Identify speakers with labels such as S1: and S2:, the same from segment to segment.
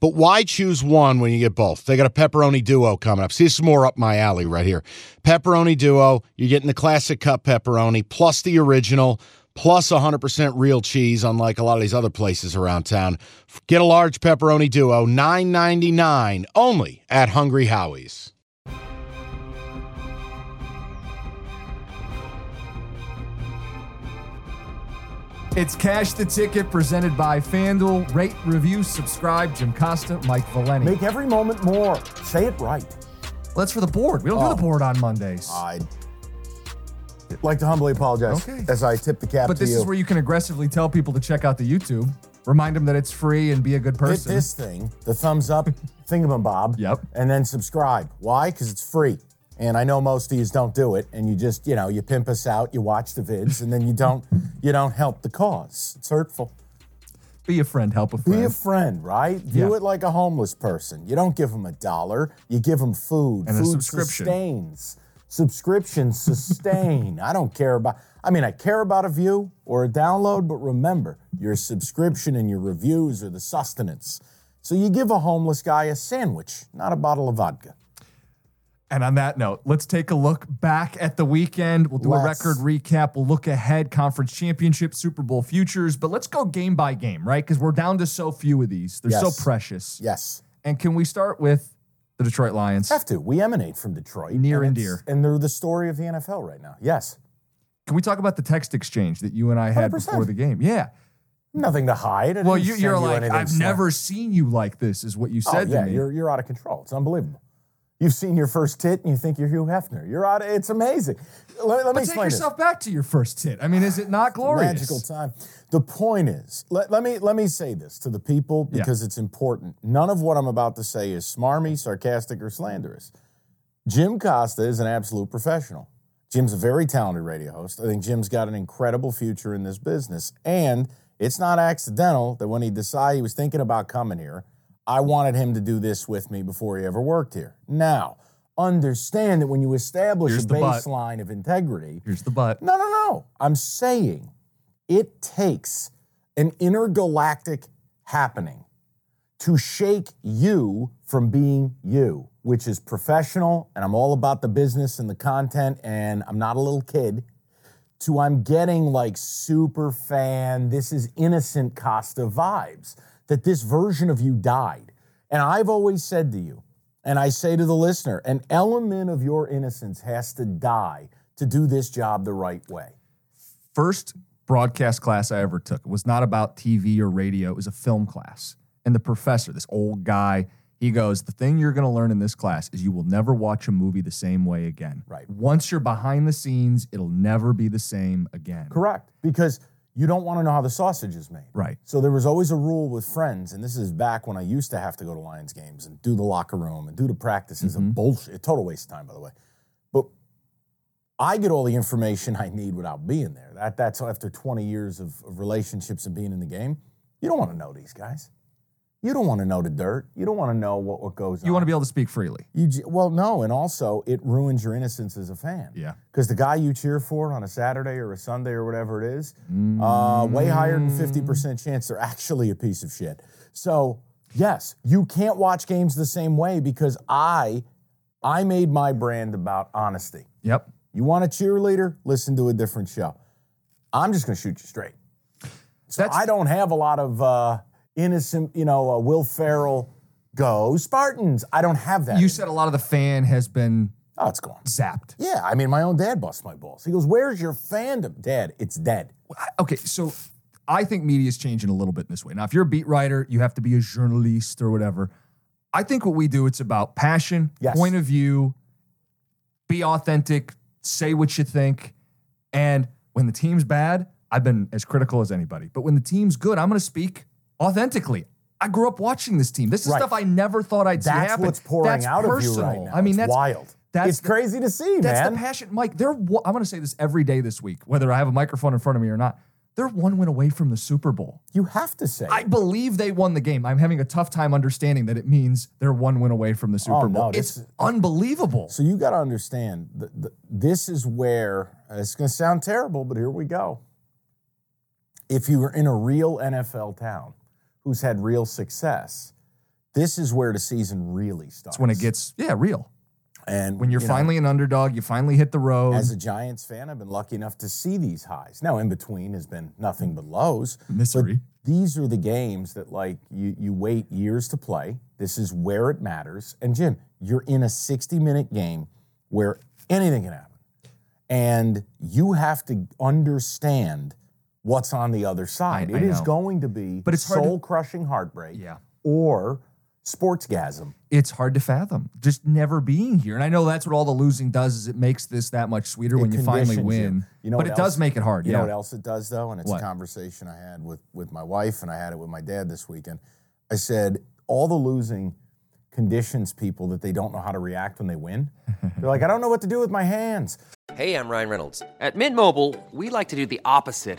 S1: But why choose one when you get both? They got a pepperoni duo coming up. See, this is more up my alley right here. Pepperoni duo, you're getting the classic cup pepperoni plus the original plus 100% real cheese unlike a lot of these other places around town. Get a large pepperoni duo, $9.99 only at Hungry Howie's.
S2: It's Cash the Ticket presented by FanDuel. Rate, review, subscribe. Jim Costa, Mike Valeni.
S3: Make every moment more. Say it right.
S2: Let's for the board. We don't do
S3: Oh.
S2: the board on Mondays.
S3: I'd like to humbly apologize
S2: Okay.
S3: as I tip the cap
S2: but
S3: to
S2: this
S3: you.
S2: is where you can aggressively tell people to check out the YouTube. Remind them that it's free and be a good
S3: Hit
S2: person.
S3: this thing, the thumbs up, thingamabob.
S2: Yep.
S3: And then subscribe. Why? Because it's free. And I know most of you don't do it, and you just, you know, you pimp us out, you watch the vids, and then you don't, you don't help the cause. It's hurtful.
S2: Be a friend. Help a
S3: Be
S2: friend.
S3: a friend, right? View
S2: Yeah.
S3: it like a homeless person. You don't give them a dollar. You give them food.
S2: And a
S3: food
S2: subscription.
S3: sustains. Subscriptions sustain. I don't care about. I mean, I care about a view or a download, but remember, your subscription and your reviews are the sustenance. So you give a homeless guy a sandwich, not a bottle of vodka.
S2: And on that note, let's take a look back at the weekend. We'll do a
S3: Let's.
S2: record recap. We'll look ahead, conference championship, Super Bowl futures, but let's go game by game, right? Because we're down to so few of these. They're
S3: Yes.
S2: so precious.
S3: Yes,
S2: And can we start with the Detroit Lions?
S3: have to. We emanate from Detroit,
S2: Near and
S3: it's-
S2: dear.
S3: and they're the story of the NFL right now. Yes,
S2: Can we talk about the text exchange that you and I had
S3: 100%.
S2: before the game? Yeah.
S3: nothing to hide. I
S2: Well,
S3: didn't
S2: you,
S3: send
S2: you're like,
S3: anything
S2: I've
S3: slick."
S2: never seen you like this, is what you said
S3: oh, yeah,
S2: to me.
S3: You're, you're out of control. It's unbelievable. You've seen your first tit and you think you're Hugh Hefner. You're out. Of, it's amazing. Let, me- let me
S2: but take
S3: explain
S2: yourself back to your first hit. I mean, is it not
S3: this.
S2: glorious?
S3: Magical time. The point is, let, let me let me say this to the people
S2: Yeah.
S3: because it's important. None of what I'm about to say is smarmy, sarcastic, or slanderous. Jim Costa is an absolute professional. Jim's a very talented radio host. I think Jim's got an incredible future in this business. And it's not accidental that when he decided he was thinking about coming here, I wanted him to do this with me before he ever worked here. Now, understand that when you establish
S2: Here's
S3: a
S2: the but.
S3: baseline of integrity,
S2: Here's the butt.
S3: no, no, no. I'm saying it takes an intergalactic happening to shake you from being you, which is professional, and I'm all about the business and the content, and I'm not a little kid. To I'm getting like super fan, this is innocent Costa vibes, that this version of you died. And I've always said to you, and I say to the listener, an element of your innocence has to die to do this job the right way.
S2: first broadcast class I ever took was not about TV or radio. It was a film class. And the professor, this old guy, he goes, The thing you're going to learn in this class is you will never watch a movie the same way again.
S3: Right.
S2: Once you're behind the scenes, it'll never be the same again.
S3: Correct. Because you don't want to know how the sausage is made.
S2: Right.
S3: So there was always a rule with friends, and this is back when I used to have to go to Lions games and do the locker room and do the practices of bullshit. Total waste of time, by the way. But I get all the information I need without being there. That, that's after 20 years of, of relationships and being in the game. You don't want to know these guys. You don't want to know the dirt. You don't want to know what, what goes on.
S2: You want to be able to speak freely.
S3: You j- well, no, and also it ruins your innocence as a fan.
S2: Yeah.
S3: because the guy you cheer for on a Saturday or a Sunday or whatever it is, uh, way higher than fifty
S2: Mm.
S3: percent chance they're actually a piece of shit. So yes, you can't watch games the same way because I, I made my brand about honesty.
S2: Yep.
S3: You want a cheerleader? Listen to a different show. I'm just going to shoot you straight. So
S2: That's-
S3: I don't have a lot of uh, innocent, you know, uh, Will Ferrell go Spartans. I don't have that.
S2: You
S3: in
S2: said a lot of the fan has been
S3: me. oh, it's gone.
S2: zapped.
S3: Yeah, I mean, my own dad busts my balls. He goes, "Where's your fandom, Dad? It's dead."
S2: I- okay, so I think media is changing a little bit in this way. Now, if you're a beat writer, you have to be a journalist or whatever. I think what we do, it's about passion,
S3: Yes.
S2: point of view, be authentic, say what you think. And when the team's bad, I've been as critical as anybody. But when the team's good, I'm going to speak authentically. I grew up watching this team. This is
S3: Right.
S2: stuff I never thought I'd see
S3: That's
S2: happen.
S3: what's pouring
S2: That's
S3: out
S2: personal.
S3: of you right now.
S2: I mean,
S3: It's
S2: that's
S3: wild.
S2: that's
S3: it's
S2: the-
S3: crazy to see,
S2: that's
S3: man.
S2: the passion, Mike. They're one, I'm going to say this every day this week, whether I have a microphone in front of me or not. They're one win away from the Super Bowl.
S3: you have to say. it.
S2: I believe they won the game. I'm having a tough time understanding that it means they're one win away from the Super
S3: Oh, no,
S2: Bowl.
S3: this
S2: it's unbelievable.
S3: So you got to understand th- th- this is where uh, it's going to sound terrible, but here we go. If you were in a real NFL town who's had real success, this is where the season really starts.
S2: That's when it gets yeah real.
S3: and
S2: When you're
S3: you know,
S2: finally an underdog, you finally hit the road.
S3: as a Giants fan, I've been lucky enough to see these highs. Now, in between has been nothing but lows.
S2: Misery.
S3: These are the games that like you you wait years to play. This is where it matters. And Jim, you're in a 60-minute game where anything can happen. And you have to understand what's on the other side.
S2: I
S3: It is
S2: know.
S3: going to be
S2: But it's hard to-
S3: soul-crushing heartbreak
S2: Yeah.
S3: or sportsgasm.
S2: It's hard to fathom just never being here. And I know that's what all the losing does is it makes this that much sweeter when you finally
S3: conditions you.
S2: win.
S3: You know what
S2: but it
S3: else?
S2: does make it hard.
S3: You
S2: yeah.
S3: know what else it does though, and it's
S2: What?
S3: a conversation I had with with my wife, and I had it with my dad this weekend. I said all the losing conditions people that they don't know how to react when they win. They're like, I don't know what to do with my hands.
S4: Hey, I'm Ryan Reynolds. At Mint Mobile, we like to do the opposite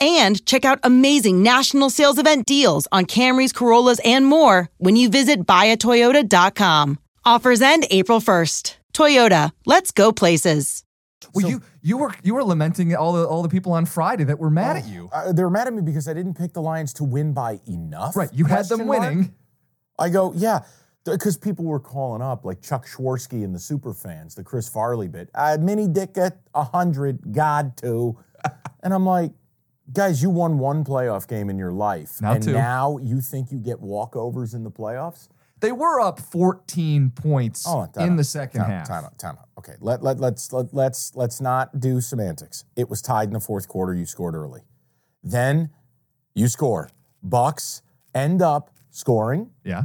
S5: And check out amazing national sales event deals on Camrys, Corollas, and more when you visit buyatoyota.com. Offers end April 1st. Toyota, let's go places.
S2: Well, you you were you were lamenting all the all the people on Friday that were mad at you.
S3: Uh, they were mad at me because I didn't pick the Lions to win by enough.
S2: Right, you had them
S3: question mark.
S2: winning.
S3: I go, yeah, because people were calling up like Chuck Schwarsky and the super fans, the Chris Farley bit. Uh, mini dick at 100, God to. and I'm like, guys, you won one playoff game in your life.
S2: Now
S3: and
S2: two.
S3: now you think you get walkovers in the playoffs? Oh,
S2: They were up 14 points in the second
S3: time,
S2: half.
S3: Time out, time out. Okay, let, let, let's, let, let's, let's not do semantics. It was tied in the fourth quarter. You scored early. Then you score. Bucks end up scoring.
S2: Yeah.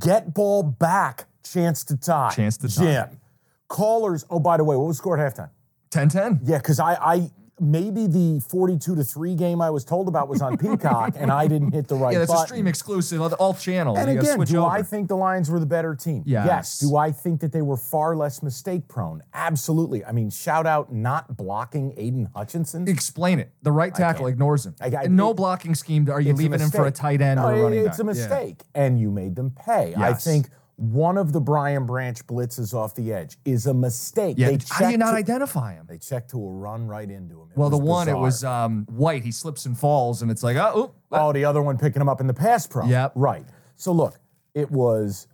S3: Get ball back. Chance to tie.
S2: Chance to tie.
S3: Jim. Callers. Oh, by the way, what was scored at halftime?
S2: 10 10.
S3: Yeah, because I, I maybe the 42 to 3 game I was told about was on Peacock and I didn't hit the right
S2: yeah, that's a
S3: button.
S2: stream exclusive, all- all channel.
S3: And
S2: you gotta
S3: again,
S2: switch
S3: do
S2: over.
S3: I think the Lions were the better team?
S2: Yes.
S3: Do I think that they were far less mistake prone? Absolutely. I mean, shout out not blocking Aiden Hutchinson.
S2: Explain it. The right tackle ignores him.
S3: I-
S2: no
S3: it-
S2: blocking scheme. Are you
S3: It's a
S2: leaving him for a
S3: mistake.
S2: tight end
S3: No,
S2: or a
S3: it-
S2: running
S3: It's a
S2: back? Yeah.
S3: mistake, and you made them pay. I
S2: Yes.
S3: think one of the Brian Branch blitzes off the edge is a mistake.
S2: Yeah.
S3: They
S2: How do you
S3: checked
S2: not
S3: to-
S2: identify him?
S3: They checked to a run right into him. It
S2: Well, the
S3: was
S2: one, it
S3: bizarre.
S2: was um, White. He slips and falls, and it's like, oh, oop,
S3: Oh, the other one picking him up in the pass pro.
S2: Yep.
S3: Right. So look, it was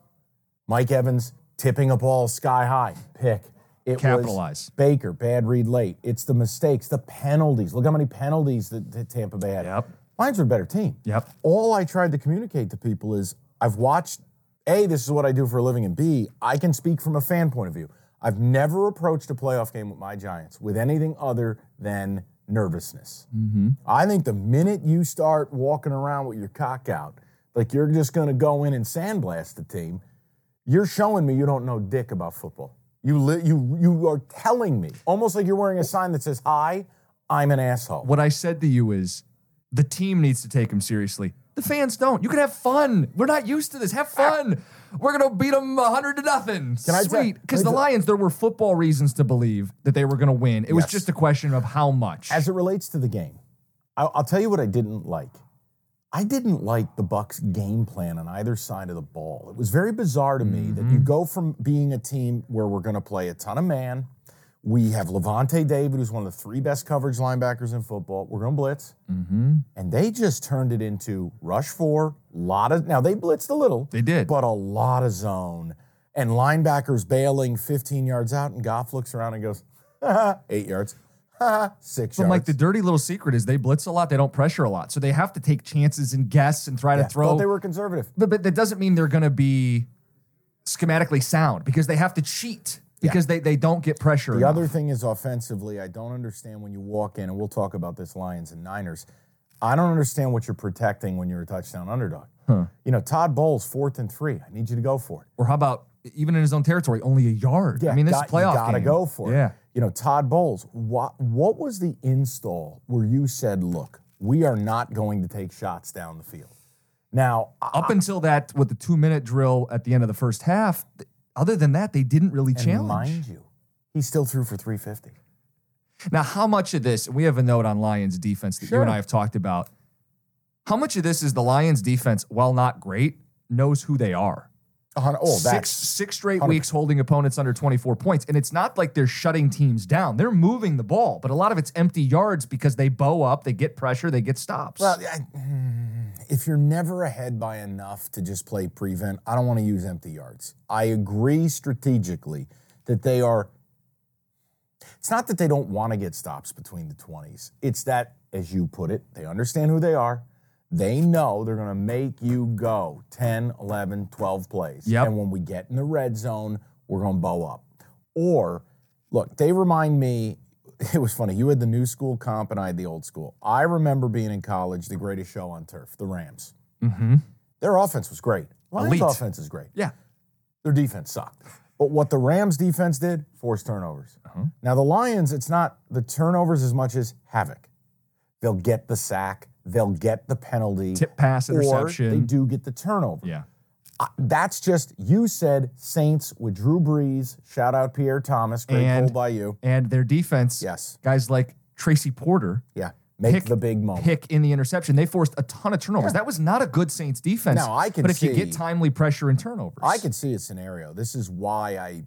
S3: Mike Evans tipping a ball sky high, pick. It was
S2: Capitalize.
S3: Baker, bad read late. It's the mistakes, the penalties. Look how many penalties that, that Tampa Bay had.
S2: Yep.
S3: Lions are a better team.
S2: Yep.
S3: All I tried to communicate to people is I've watched A, this is what I do for a living, and B, I can speak from a fan point of view. I've never approached a playoff game with my Giants with anything other than nervousness. I think the minute you start walking around with your cock out, like you're just going to go in and sandblast the team, you're showing me you don't know dick about football. You li- you you are telling me almost like you're wearing a sign that says "Hi, I'm an asshole."
S2: what I said to you is the team needs to take him seriously. The fans don't. You can have fun. We're not used to this. Have fun. We're gonna beat them hundred to nothing.
S3: Can I tell-
S2: Sweet,
S3: can
S2: because
S3: I
S2: the
S3: tell-
S2: Lions, there were football reasons to believe that they were gonna win. It was
S3: Yes.
S2: just a question of how much.
S3: As it relates to the game, I- I'll tell you what I didn't like. I didn't like the Bucks' game plan on either side of the ball. It was very bizarre to me that you
S2: Mm-hmm.
S3: go from being a team where we're going to play a ton of man. We have Levante David, who's one of the three best coverage linebackers in football. We're going to blitz,
S2: Mm-hmm.
S3: and they just turned it into rush four. Lot of now they blitzed a little.
S2: They did.
S3: but a lot of zone and linebackers bailing 15 yards out. And Goff looks around and goes, eight yards, six
S2: so,
S3: yards.
S2: like, the dirty little secret is they blitz a lot. They don't pressure a lot, so they have to take chances and guess and try
S3: Yeah,
S2: to throw.
S3: Thought they were conservative.
S2: but, but that doesn't mean they're going to be schematically sound because they have to cheat because they, they don't get pressure.
S3: The
S2: enough.
S3: other thing is offensively, I don't understand when you walk in, and we'll talk about this Lions and Niners. I don't understand what you're protecting when you're a touchdown underdog. You know, Todd Bowles, fourth and three. I need you to go for it.
S2: or how about even in his own territory, only a yard? I mean, this
S3: got-
S2: is a playoff
S3: You gotta
S2: game.
S3: go for it.
S2: Yeah.
S3: You know, Todd Bowles. What what was the install where you said, "Look, we are not going to take shots down the field"? Now, I-
S2: Up until that, with the two minute drill at the end of the first half, th- other than that, they didn't really
S3: and
S2: challenge.
S3: mind you, he still threw for 350.
S2: Now, how much of this, we have a note on Lions defense that you
S3: Sure.
S2: and I have talked about. How much of this is the Lions defense, while not great, knows who they are?
S3: A hundred- Oh,
S2: Six
S3: that's
S2: six straight
S3: 100%.
S2: weeks holding opponents under 24 points. And it's not like they're shutting teams down. They're moving the ball, but a lot of it's empty yards because they bow up, they get pressure, they get stops.
S3: Well, I, mm, if you're never ahead by enough to just play prevent, I don't want to use empty yards. I agree strategically that they are. It's not that they don't want to get stops between the 20s. It's that, as you put it, they understand who they are. They know they're going to make you go 10, 11, 12 plays.
S2: Yep.
S3: And when we get in the red zone, we're going to bow up. Or, look, they remind me. It was funny. You had the new school comp, and I had the old school. I remember being in college. The greatest show on turf, the Rams.
S2: mm-hmm.
S3: Their offense was great. Lions'
S2: Elite.
S3: offense is great.
S2: Yeah.
S3: Their defense sucked. But what the Rams' defense did, forced turnovers.
S2: Uh-huh.
S3: Now the Lions, it's not the turnovers as much as havoc. They'll get the sack. They'll get the penalty.
S2: Tip pass,
S3: Or they
S2: interception.
S3: do get the turnover.
S2: Yeah.
S3: I- that's just you said Saints with Drew Brees. Shout out Pierre Thomas. Great
S2: And-
S3: goal by you.
S2: and their defense.
S3: Yes.
S2: Guys like Tracy Porter,
S3: Yeah. Make the big moment.
S2: pick in the interception. They forced a ton of turnovers. That was not a good Saints defense.
S3: No, I can
S2: But if you
S3: see-
S2: get timely pressure and turnovers,
S3: I could see a scenario. This is why I.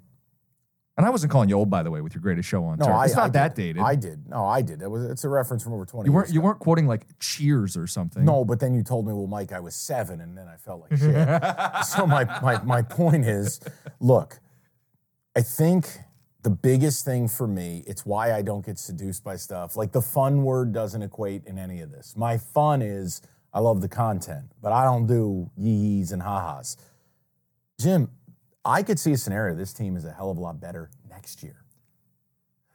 S2: and I wasn't calling you old by the way with your greatest show on
S3: No,
S2: turf.
S3: I,
S2: It's
S3: I
S2: not
S3: did.
S2: that dated.
S3: I did. No, I did. That was. It's a reference from over twenty.
S2: You weren't
S3: years
S2: you
S3: ago.
S2: weren't quoting like Cheers or something.
S3: No, but then you told me, well, Mike, I was seven, and then I felt like shit. so my, my my point is, look, I think the biggest thing for me, it's why I don't get seduced by stuff. Like the fun word doesn't equate in any of this. My fun is I love the content, but I don't do yee yees and ha has. Jim, I could see a scenario this team is a hell of a lot better next year.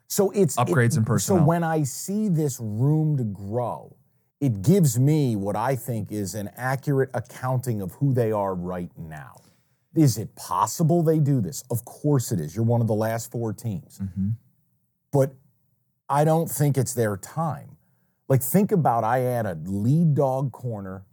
S3: So it's it-
S2: Upgrades in personnel.
S3: So when I see this room to grow, it gives me what I think is an accurate accounting of who they are right now. Is it possible they do this? Of course it is. You're one of the last four teams.
S2: Mm-hmm.
S3: But I don't think it's their time. Like, think about I add a lead dog corner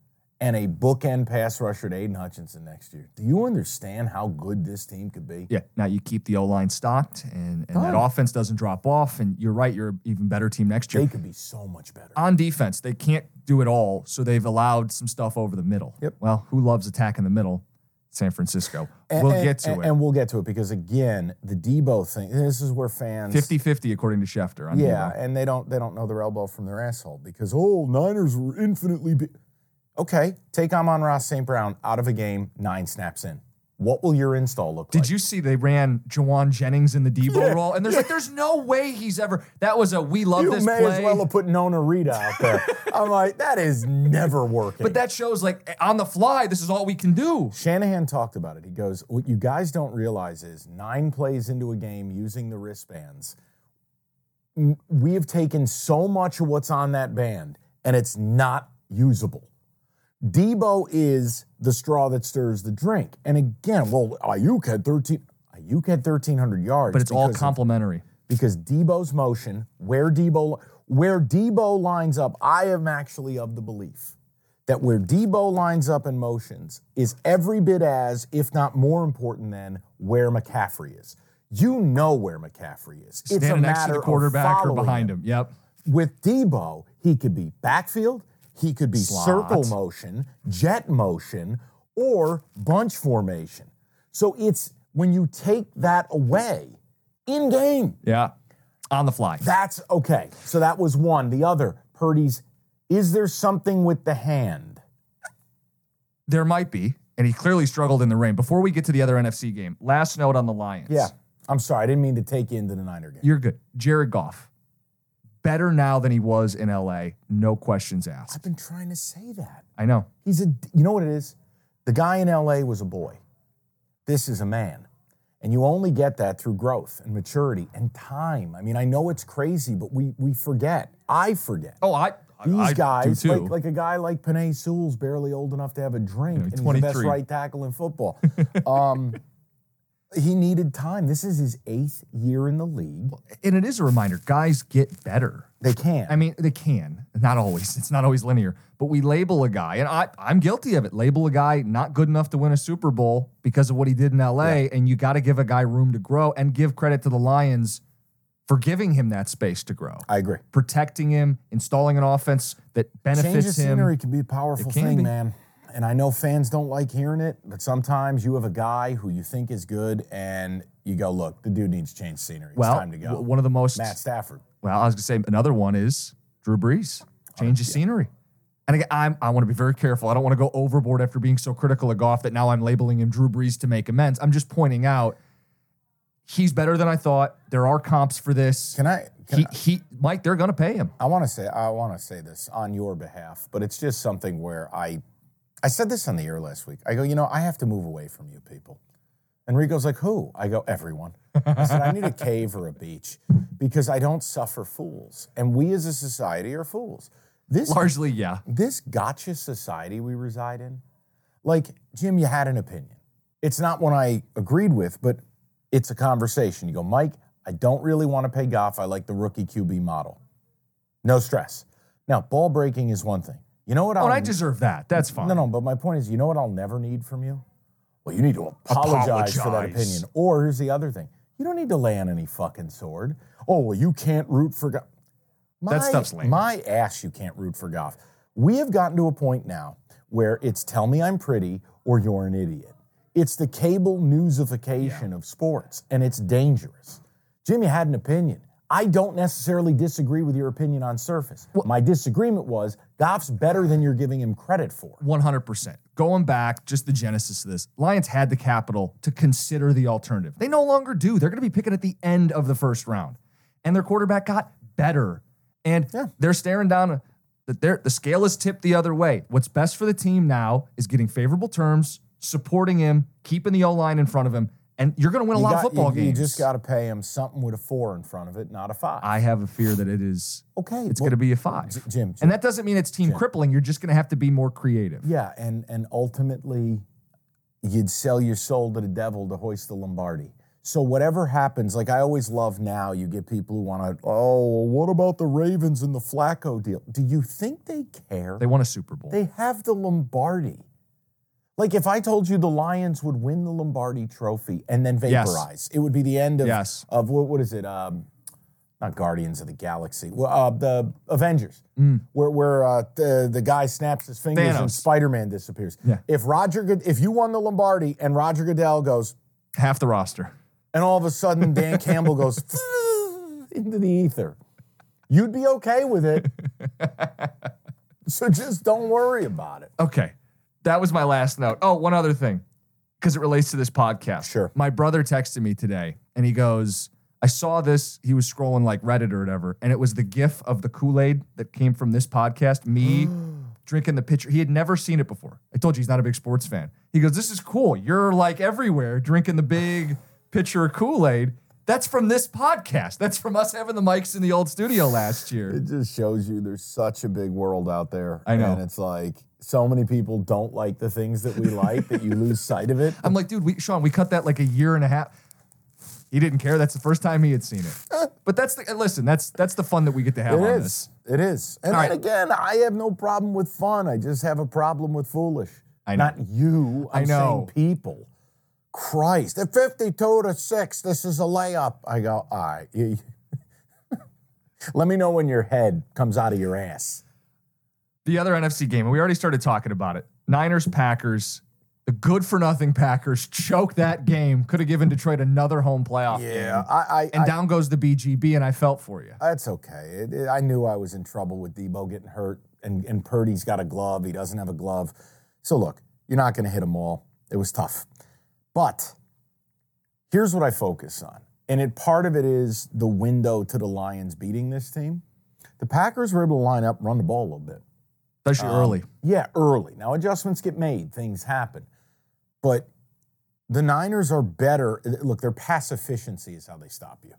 S3: and a bookend pass rusher to Aiden Hutchinson next year. Do you understand how good this team could be?
S2: Yeah. Now you keep the O line stocked, and, and that
S3: Done.
S2: offense doesn't drop off. And you're right. You're an even better team next year.
S3: They could be so much better.
S2: on defense, they can't do it all, so they've allowed some stuff over the middle.
S3: Yep.
S2: Well, who loves attacking the middle? San Francisco.
S3: And-
S2: we'll
S3: and-
S2: get to
S3: and,
S2: it.
S3: And we'll get to it because, again, the Debo thing, this is where fans.
S2: 50-50 according to Schefter. On
S3: Yeah,
S2: Debo.
S3: and they don't they don't know their elbow from their asshole because oh Niners were infinitely be- okay. Take Amon Ross St. Brown out of a game nine snaps in. What will your install look
S2: Did
S3: like?
S2: you see they ran Jawan Jennings in the Debo
S3: Yeah,
S2: role? And there's like, there's no way he's ever. That was a we love
S3: you
S2: this
S3: may
S2: play.
S3: as well have put Nona Rita out there. I'm like that is never working.
S2: but that shows like on the fly, this is all we can do.
S3: Shanahan talked about it. He goes, What you guys don't realize is nine plays into a game using the wristbands, n- we have taken so much of what's on that band and it's not usable. Debo is the straw that stirs the drink. And again, well, Ayuk had 13. Ayuk had 1,300 yards.
S2: But it's all
S3: because of-
S2: complimentary.
S3: because Debo's motion, where Debo where Debo lines up, I am actually of the belief that where Debo lines up in motions is every bit as, if not more important than where McCaffrey is. You know where McCaffrey is. It's a
S2: Stand next to
S3: matter
S2: the
S3: of
S2: quarterback or
S3: following
S2: behind him. Yep.
S3: with Debo, he could be backfield, he could be
S2: Slot.
S3: circle motion, jet motion, or bunch formation. So it's when you take that away in game,
S2: Yeah. On the fly.
S3: that's okay. So that was one. The other, Purdy's, is there something with the hand?
S2: there might be. And he clearly struggled in the rain. Before we get to the other NFC game, last note on the Lions.
S3: Yeah. I'm sorry, I didn't mean to take you into the Niner game.
S2: You're good. Jared Goff, better now than he was in LA. No questions asked.
S3: I've been trying to say that.
S2: I know.
S3: He's a, you know what it is? The guy in LA was a boy. This is a man. And you only get that through growth and maturity and time. I mean, I know it's crazy, but we we forget. I forget.
S2: Oh, I. I-
S3: These
S2: I do
S3: guys,
S2: too.
S3: like, like a guy like Panay Sewell's barely old enough to have a drink,
S2: Yeah,
S3: and he's the best
S2: 23.
S3: right tackle in football. um, he needed time. This is his eighth year in the league.
S2: and it is a reminder guys get better.
S3: They can't.
S2: I mean, they can. Not always. It's not always linear. But we label a guy, and I, I'm guilty of it. Label a guy not good enough to win a Super Bowl because of what he did in LA, and you got to give a guy room to grow and give credit to the Lions for giving him that space to grow,
S3: I agree.
S2: protecting him, installing an offense that benefits
S3: Change of
S2: him.
S3: scenery can be a powerful
S2: It can
S3: thing,
S2: be.
S3: man. And I know fans don't like hearing it, but sometimes you have a guy who you think is good, and you go, "Look, the dude needs to change scenery. It's
S2: well,
S3: time to go."
S2: w- one of the most
S3: Matt Stafford.
S2: Well, I was gonna say another one is Drew Brees. Change of scenery. And again, I'm, I want to be very careful. I don't want to go overboard after being so critical of Goff that now I'm labeling him Drew Brees to make amends. I'm just pointing out he's better than I thought. There are comps for this.
S3: Can I? Can
S2: he, he, Mike, they're gonna pay him.
S3: I want to say I want to say this on your behalf, but it's just something where I I said this on the air last week. I go, you know, I have to move away from you people. And Rico's like, who? I go, everyone. I said, I need a cave or a beach because I don't suffer fools. And we as a society are fools. This
S2: Largely, yeah.
S3: this gotcha society we reside in, like, Jim, you had an opinion. It's not one I agreed with, but it's a conversation. You go, Mike, I don't really want to pay Goff. I like the rookie QB model. No stress. Now, ball breaking is one thing. You know what
S2: Oh,
S3: I'll
S2: and I deserve that. That's fine.
S3: No, no, but my point is, you know what I'll never need from you? Well, you need to apologize, for that
S6: Apologize.
S3: opinion. Or here's the other thing. You don't need to lay on any fucking sword. Oh, well, you can't root for God.
S2: That stuff's lame.
S3: My ass, you can't root for Goff. We have gotten to a point now where it's tell me I'm pretty or you're an idiot. It's the cable newsification of sports, and it's dangerous. Jimmy had an opinion. I don't necessarily disagree with your opinion on surface. My disagreement was Goff's better than you're giving him credit for.
S2: 100%. Going back, just the genesis of this, Lions had the capital to consider the alternative. They no longer do. They're going to be picking at the end of the first round. And their quarterback got better. And they're staring down that they're, the scale is tipped the other way. What's best for the team now is getting favorable terms, supporting him, keeping the O line in front of him, and you're going to win a
S3: You
S2: lot
S3: got-
S2: of football
S3: you,
S2: games.
S3: You just got to pay him something with a four in front of it, not a five.
S2: I have a fear that it is
S3: okay.
S2: It's
S3: Oh, well,
S2: going to be a five,
S3: J- Jim, Jim.
S2: and that doesn't mean it's team crippling. You're just going to have to be more creative.
S3: Yeah, and and ultimately, you'd sell your soul to the devil to hoist the Lombardi. So whatever happens, like I always love now, you get people who want to. Oh, well, what about the Ravens and the Flacco deal? Do you think they care?
S2: They won a Super Bowl.
S3: They have the Lombardi. Like if I told you the Lions would win the Lombardi Trophy and then
S2: Yes.
S3: vaporize, it would be the end of
S2: Yes.
S3: of what, what is it? Um, not Guardians of the Galaxy. Well, uh, the Avengers, where where uh, the the guy snaps his fingers
S2: Mm. Thanos.
S3: and Spider Man disappears.
S2: Yeah.
S3: If Roger, Good- if you won the Lombardi and Roger Goodell goes,
S2: Half the roster.
S3: and all of a sudden Dan Campbell goes into the ether, you'd be okay with it. so just don't worry about it.
S2: Okay, that was my last note. Oh, one other thing, because it relates to this podcast.
S3: Sure.
S2: My brother texted me today, and he goes, "I saw this. He was scrolling like Reddit or whatever, and it was the GIF of the Kool Aid that came from this podcast. Me." Drinking the pitcher. He had never seen it before. I told you he's not a big sports fan. He goes, This is cool. You're like everywhere drinking the big pitcher of Kool Aid. That's from this podcast. That's from us having the mics in the old studio last year.
S3: It just shows you there's such a big world out there.
S2: I know.
S3: And it's like so many people don't like the things that we like that you lose sight of it.
S2: I'm like, dude, we, Sean, we cut that like a year and a half. He didn't care. That's the first time he had seen it. But that's the listen. That's that's the fun that we get to have
S3: It
S2: on
S3: is.
S2: this.
S3: It is. And
S2: All
S3: then
S2: right.
S3: again, I have no problem with fun. I just have a problem with foolish.
S2: I know.
S3: Not you.
S2: I
S3: I'm
S2: know.
S3: saying people. Christ. The 52 to 6. This is a layup. I go, all right. you- Let me know when your head comes out of your ass.
S2: The other NFC game, and we already started talking about it. Niners Packers. The good for nothing Packers choke that game. Could have given Detroit another home playoff.
S3: Yeah.
S2: game.
S3: I, I,
S2: and
S3: I-
S2: down goes the BGB, and I felt for you.
S3: That's okay. It, it- I knew I was in trouble with Debo getting hurt, and, and Purdy's got a glove. He doesn't have a glove. So, look, you're not going to hit them all. It was tough. But here's what I focus on. And it, part of it is the window to the Lions beating this team. The Packers were able to line up, run the ball a little bit.
S2: Especially
S3: Um,
S2: early.
S3: Yeah, early. Now adjustments get made, things happen. But the Niners are better. Look, their pass efficiency is how they stop you.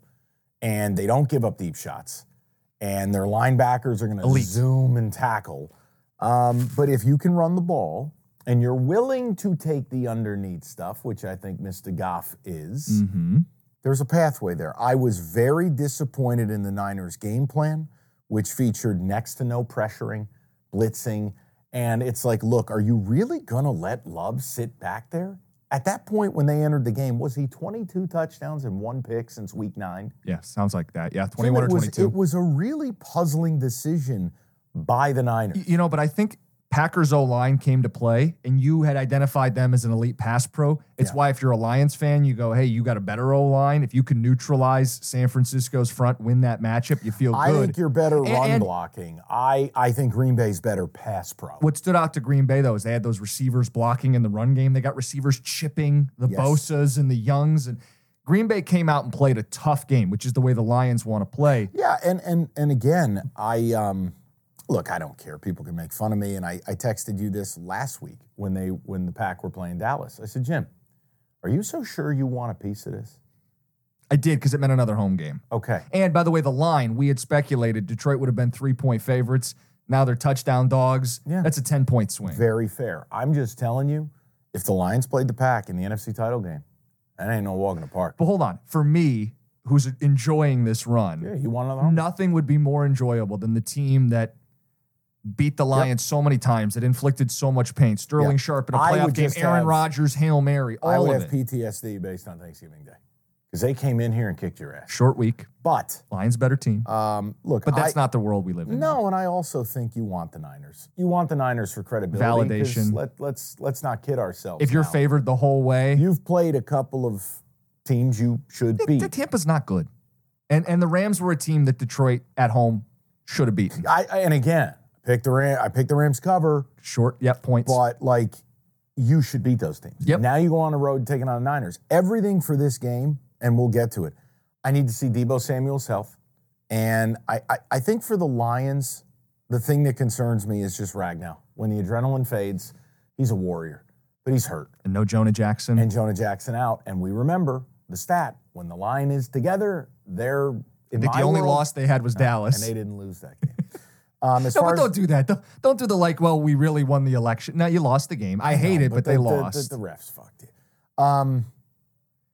S3: And they don't give up deep shots. And their linebackers are going to
S2: Elite.
S3: zoom and tackle. Um, but if you can run the ball and you're willing to take the underneath stuff, which I think Mr. Goff is,
S2: Mm-hmm.
S3: there's a pathway there. I was very disappointed in the Niners' game plan, which featured next to no pressuring, blitzing, and it's like, look, are you really gonna let Love sit back there? At that point when they entered the game, was he 22 touchdowns and one pick since week nine?
S2: Yeah, sounds like that. Yeah,
S3: So
S2: 21 or
S3: it was-
S2: 22.
S3: It was a really puzzling decision by the Niners.
S2: Y- You know, but I think Packers O line came to play, and you had identified them as an elite pass pro. It's
S3: Yeah.
S2: why, if you're a Lions fan, you go, "Hey, you got a better O line. If you can neutralize San Francisco's front, win that matchup, you feel
S3: I
S2: good."
S3: think you're better
S2: And-
S3: run
S2: and-
S3: blocking. I, I think Green Bay's better pass pro.
S2: what stood out to Green Bay though is they had those receivers blocking in the run game. They got receivers chipping the
S3: Yes.
S2: Bosa's and the Youngs, and Green Bay came out and played a tough game, which is the way the Lions want to play.
S3: Yeah, and and and again, I um look, I don't care. People can make fun of me, and I, I texted you this last week when they when the pack were playing Dallas. I said, Jim, are you so sure you want a piece of this?
S2: I did because it meant another home game.
S3: Okay.
S2: And by the way, the line we had speculated Detroit would have been three point favorites. Now they're touchdown dogs.
S3: Yeah.
S2: That's a 10 point swing.
S3: Very fair. I'm just telling you, if the Lions played the pack in the NFC title game, that ain't no walk in the park.
S2: But hold on. For me, who's enjoying this
S3: Yeah,
S2: run,
S3: you want another home?
S2: nothing would be more enjoyable than the team that beat the Lions so many times, that inflicted so much pain. Sterling
S3: Yeah.
S2: Sharp in a
S3: I
S2: playoff
S3: would
S2: game,
S3: just
S2: Aaron
S3: have-
S2: Rodgers, Hail Mary,
S3: I
S2: all
S3: would
S2: of
S3: have
S2: it.
S3: PTSD based on Thanksgiving Day. because they came in here and kicked your ass.
S2: Short week.
S3: But
S2: Lions better team.
S3: Um, look,
S2: but that's
S3: I-
S2: not the world we live in.
S3: No, and I also think you want the Niners. You want the Niners for credibility. 'cause
S2: Validation.
S3: Let, let's let's not kid ourselves.
S2: If you're
S3: now.
S2: favored the whole way,
S3: you've played a couple of teams you should
S2: the,
S3: beat.
S2: the Tampa's not good, and and the Rams were a team that Detroit at home should have beaten.
S3: I, I and again, pick the Ram, I picked the Rams cover,
S2: Short, yep, points.
S3: but like you should beat those teams.
S2: Yep.
S3: Now you go on the road taking on the Niners. Everything for this game, and we'll get to it. I need to see Debo Samuel's health, and I I, I think for the Lions, the thing that concerns me is just Ragnow. When the adrenaline fades, he's a warrior, but he's hurt.
S2: and no Jonah Jackson.
S3: and Jonah Jackson out. And we remember the stat when the line is together, they're in
S2: I think
S3: my
S2: the only
S3: world-
S2: loss they had was Dallas.
S3: and they didn't lose that game. Um, as
S2: no,
S3: far
S2: but
S3: as
S2: don't do that. Don't, don't do the like. Well, we really won the election. No, you lost the game. I hate it, but, they
S3: the- the- the-
S2: lost.
S3: The, refs fucked you. Um,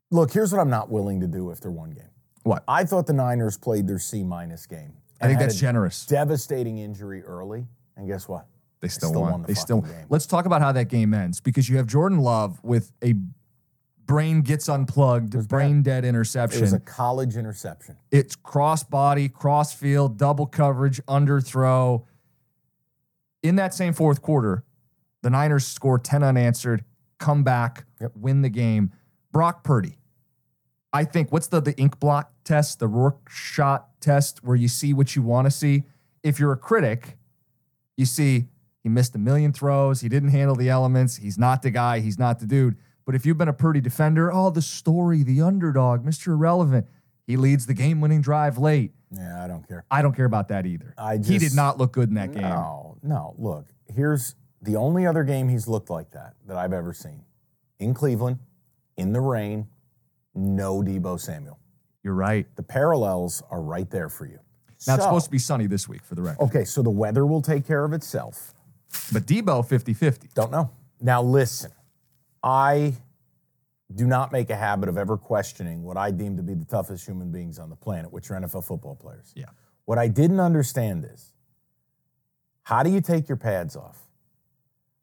S3: look, here's what I'm not willing to do if they're one game.
S2: What?
S3: I thought the Niners played their C minus game.
S2: I
S3: and
S2: think
S3: had
S2: that's
S3: a
S2: generous.
S3: Devastating injury early, and guess what?
S2: They still,
S3: still
S2: won.
S3: won the
S2: they still.
S3: fucking game.
S2: Let's talk about how that game ends because you have Jordan Love with a brain gets unplugged, brain dead
S3: It
S2: interception.
S3: was a college interception.
S2: it's cross body, cross field, double coverage, under throw. In that same fourth quarter, the Niners score 10 unanswered, come back, win the game. Brock Purdy. I think what's the the ink block test, the Rourke shot test where you see what you want to see. If you're a critic, you see he missed a million throws, he didn't handle the elements, he's not the guy, he's not the dude. But if you've been a Purdy defender, oh, the story, the underdog, Mr. Irrelevant, he leads the game-winning drive late.
S3: Yeah, I don't care.
S2: I don't care about that either.
S3: I
S2: he did
S3: just-
S2: not look good in that game.
S3: No, no. Look, here's the only other game he's looked like that that I've ever seen in Cleveland, in the rain, no Debo Samuel.
S2: You're right.
S3: The parallels are right there for you.
S2: Now it's supposed to be sunny this week for the record.
S3: Okay, so the weather will take care of itself.
S2: But Debo 50-50.
S3: Don't know. Now listen, I do not make a habit of ever questioning what I deem to be the toughest human beings on the planet, which are NFL football players.
S2: Yeah.
S3: What I didn't understand is how do you take your pads off?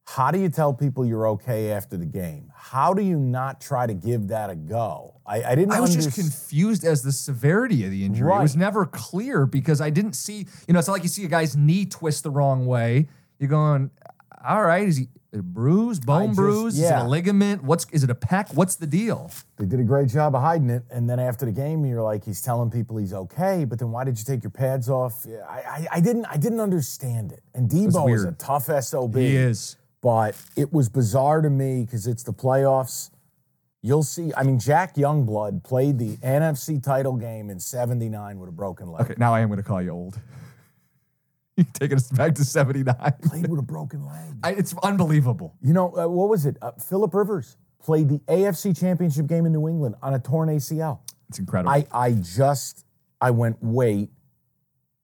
S3: How do you tell people you're okay after the game? How do you not try to give that a go? I, I didn't
S2: I was
S3: underst-
S2: just confused as the severity of the injury. It was
S3: Right.
S2: never clear because I didn't see, you know, it's not like you see a guy's knee twist the wrong way. You're going, all right, is he a bruise,
S3: I
S2: bone
S3: just-
S2: bruise? Is it
S3: yeah.
S2: a ligament? What's is it a pec? What's the deal?
S3: They did a great job of hiding it. And then after the game, you're like, he's telling people he's okay, but then why did you take your pads off? Yeah, I, I, I didn't I didn't understand it. And
S2: was
S3: Debo is a
S2: weird.
S3: tough SOB.
S2: He is.
S3: but it was bizarre to me because it's the playoffs. You'll see. I mean, Jack Youngblood played the NFC title game in '79 with a broken leg.
S2: Okay, now I am going to call you old. You're taking us back to 79.
S3: Played with a broken leg.
S2: I, it's unbelievable.
S3: You know uh, what was it? Uh, Philip Rivers played the AFC Championship game in New England on a torn ACL.
S2: It's incredible.
S3: I I just I went wait.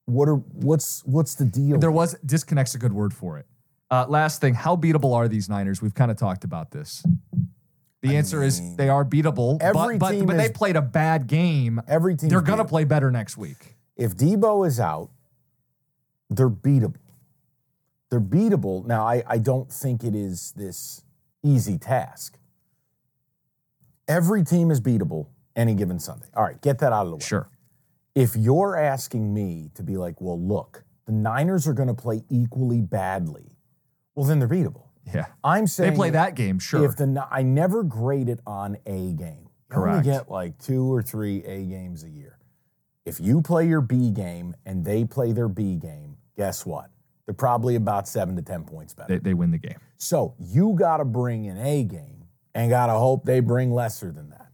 S3: What are what's what's the deal?
S2: there was disconnects a good word for it. Uh, last thing, how beatable are these Niners? We've kind of talked about this. The answer is they are beatable,
S3: every
S2: but but,
S3: team
S2: but they
S3: is-
S2: played a bad game.
S3: Every team
S2: They're gonna play better next week.
S3: if Debo is out, they're beatable. They're beatable. Now, I, I don't think it is this easy task. Every team is beatable any given Sunday. All right, get that out of the way.
S2: Sure.
S3: If you're asking me to be like, well, look, the Niners are going to play equally badly, well, then they're beatable.
S2: Yeah.
S3: I'm saying
S2: They play that game, sure.
S3: If the Ni- I never grade it on a game. You
S2: Correct.
S3: only get like two or three A games a year. If you play your B game and they play their B game, guess what? They're probably about seven to ten points better.
S2: they, they win the game.
S3: So you got to bring an A game and got to hope they bring lesser than that.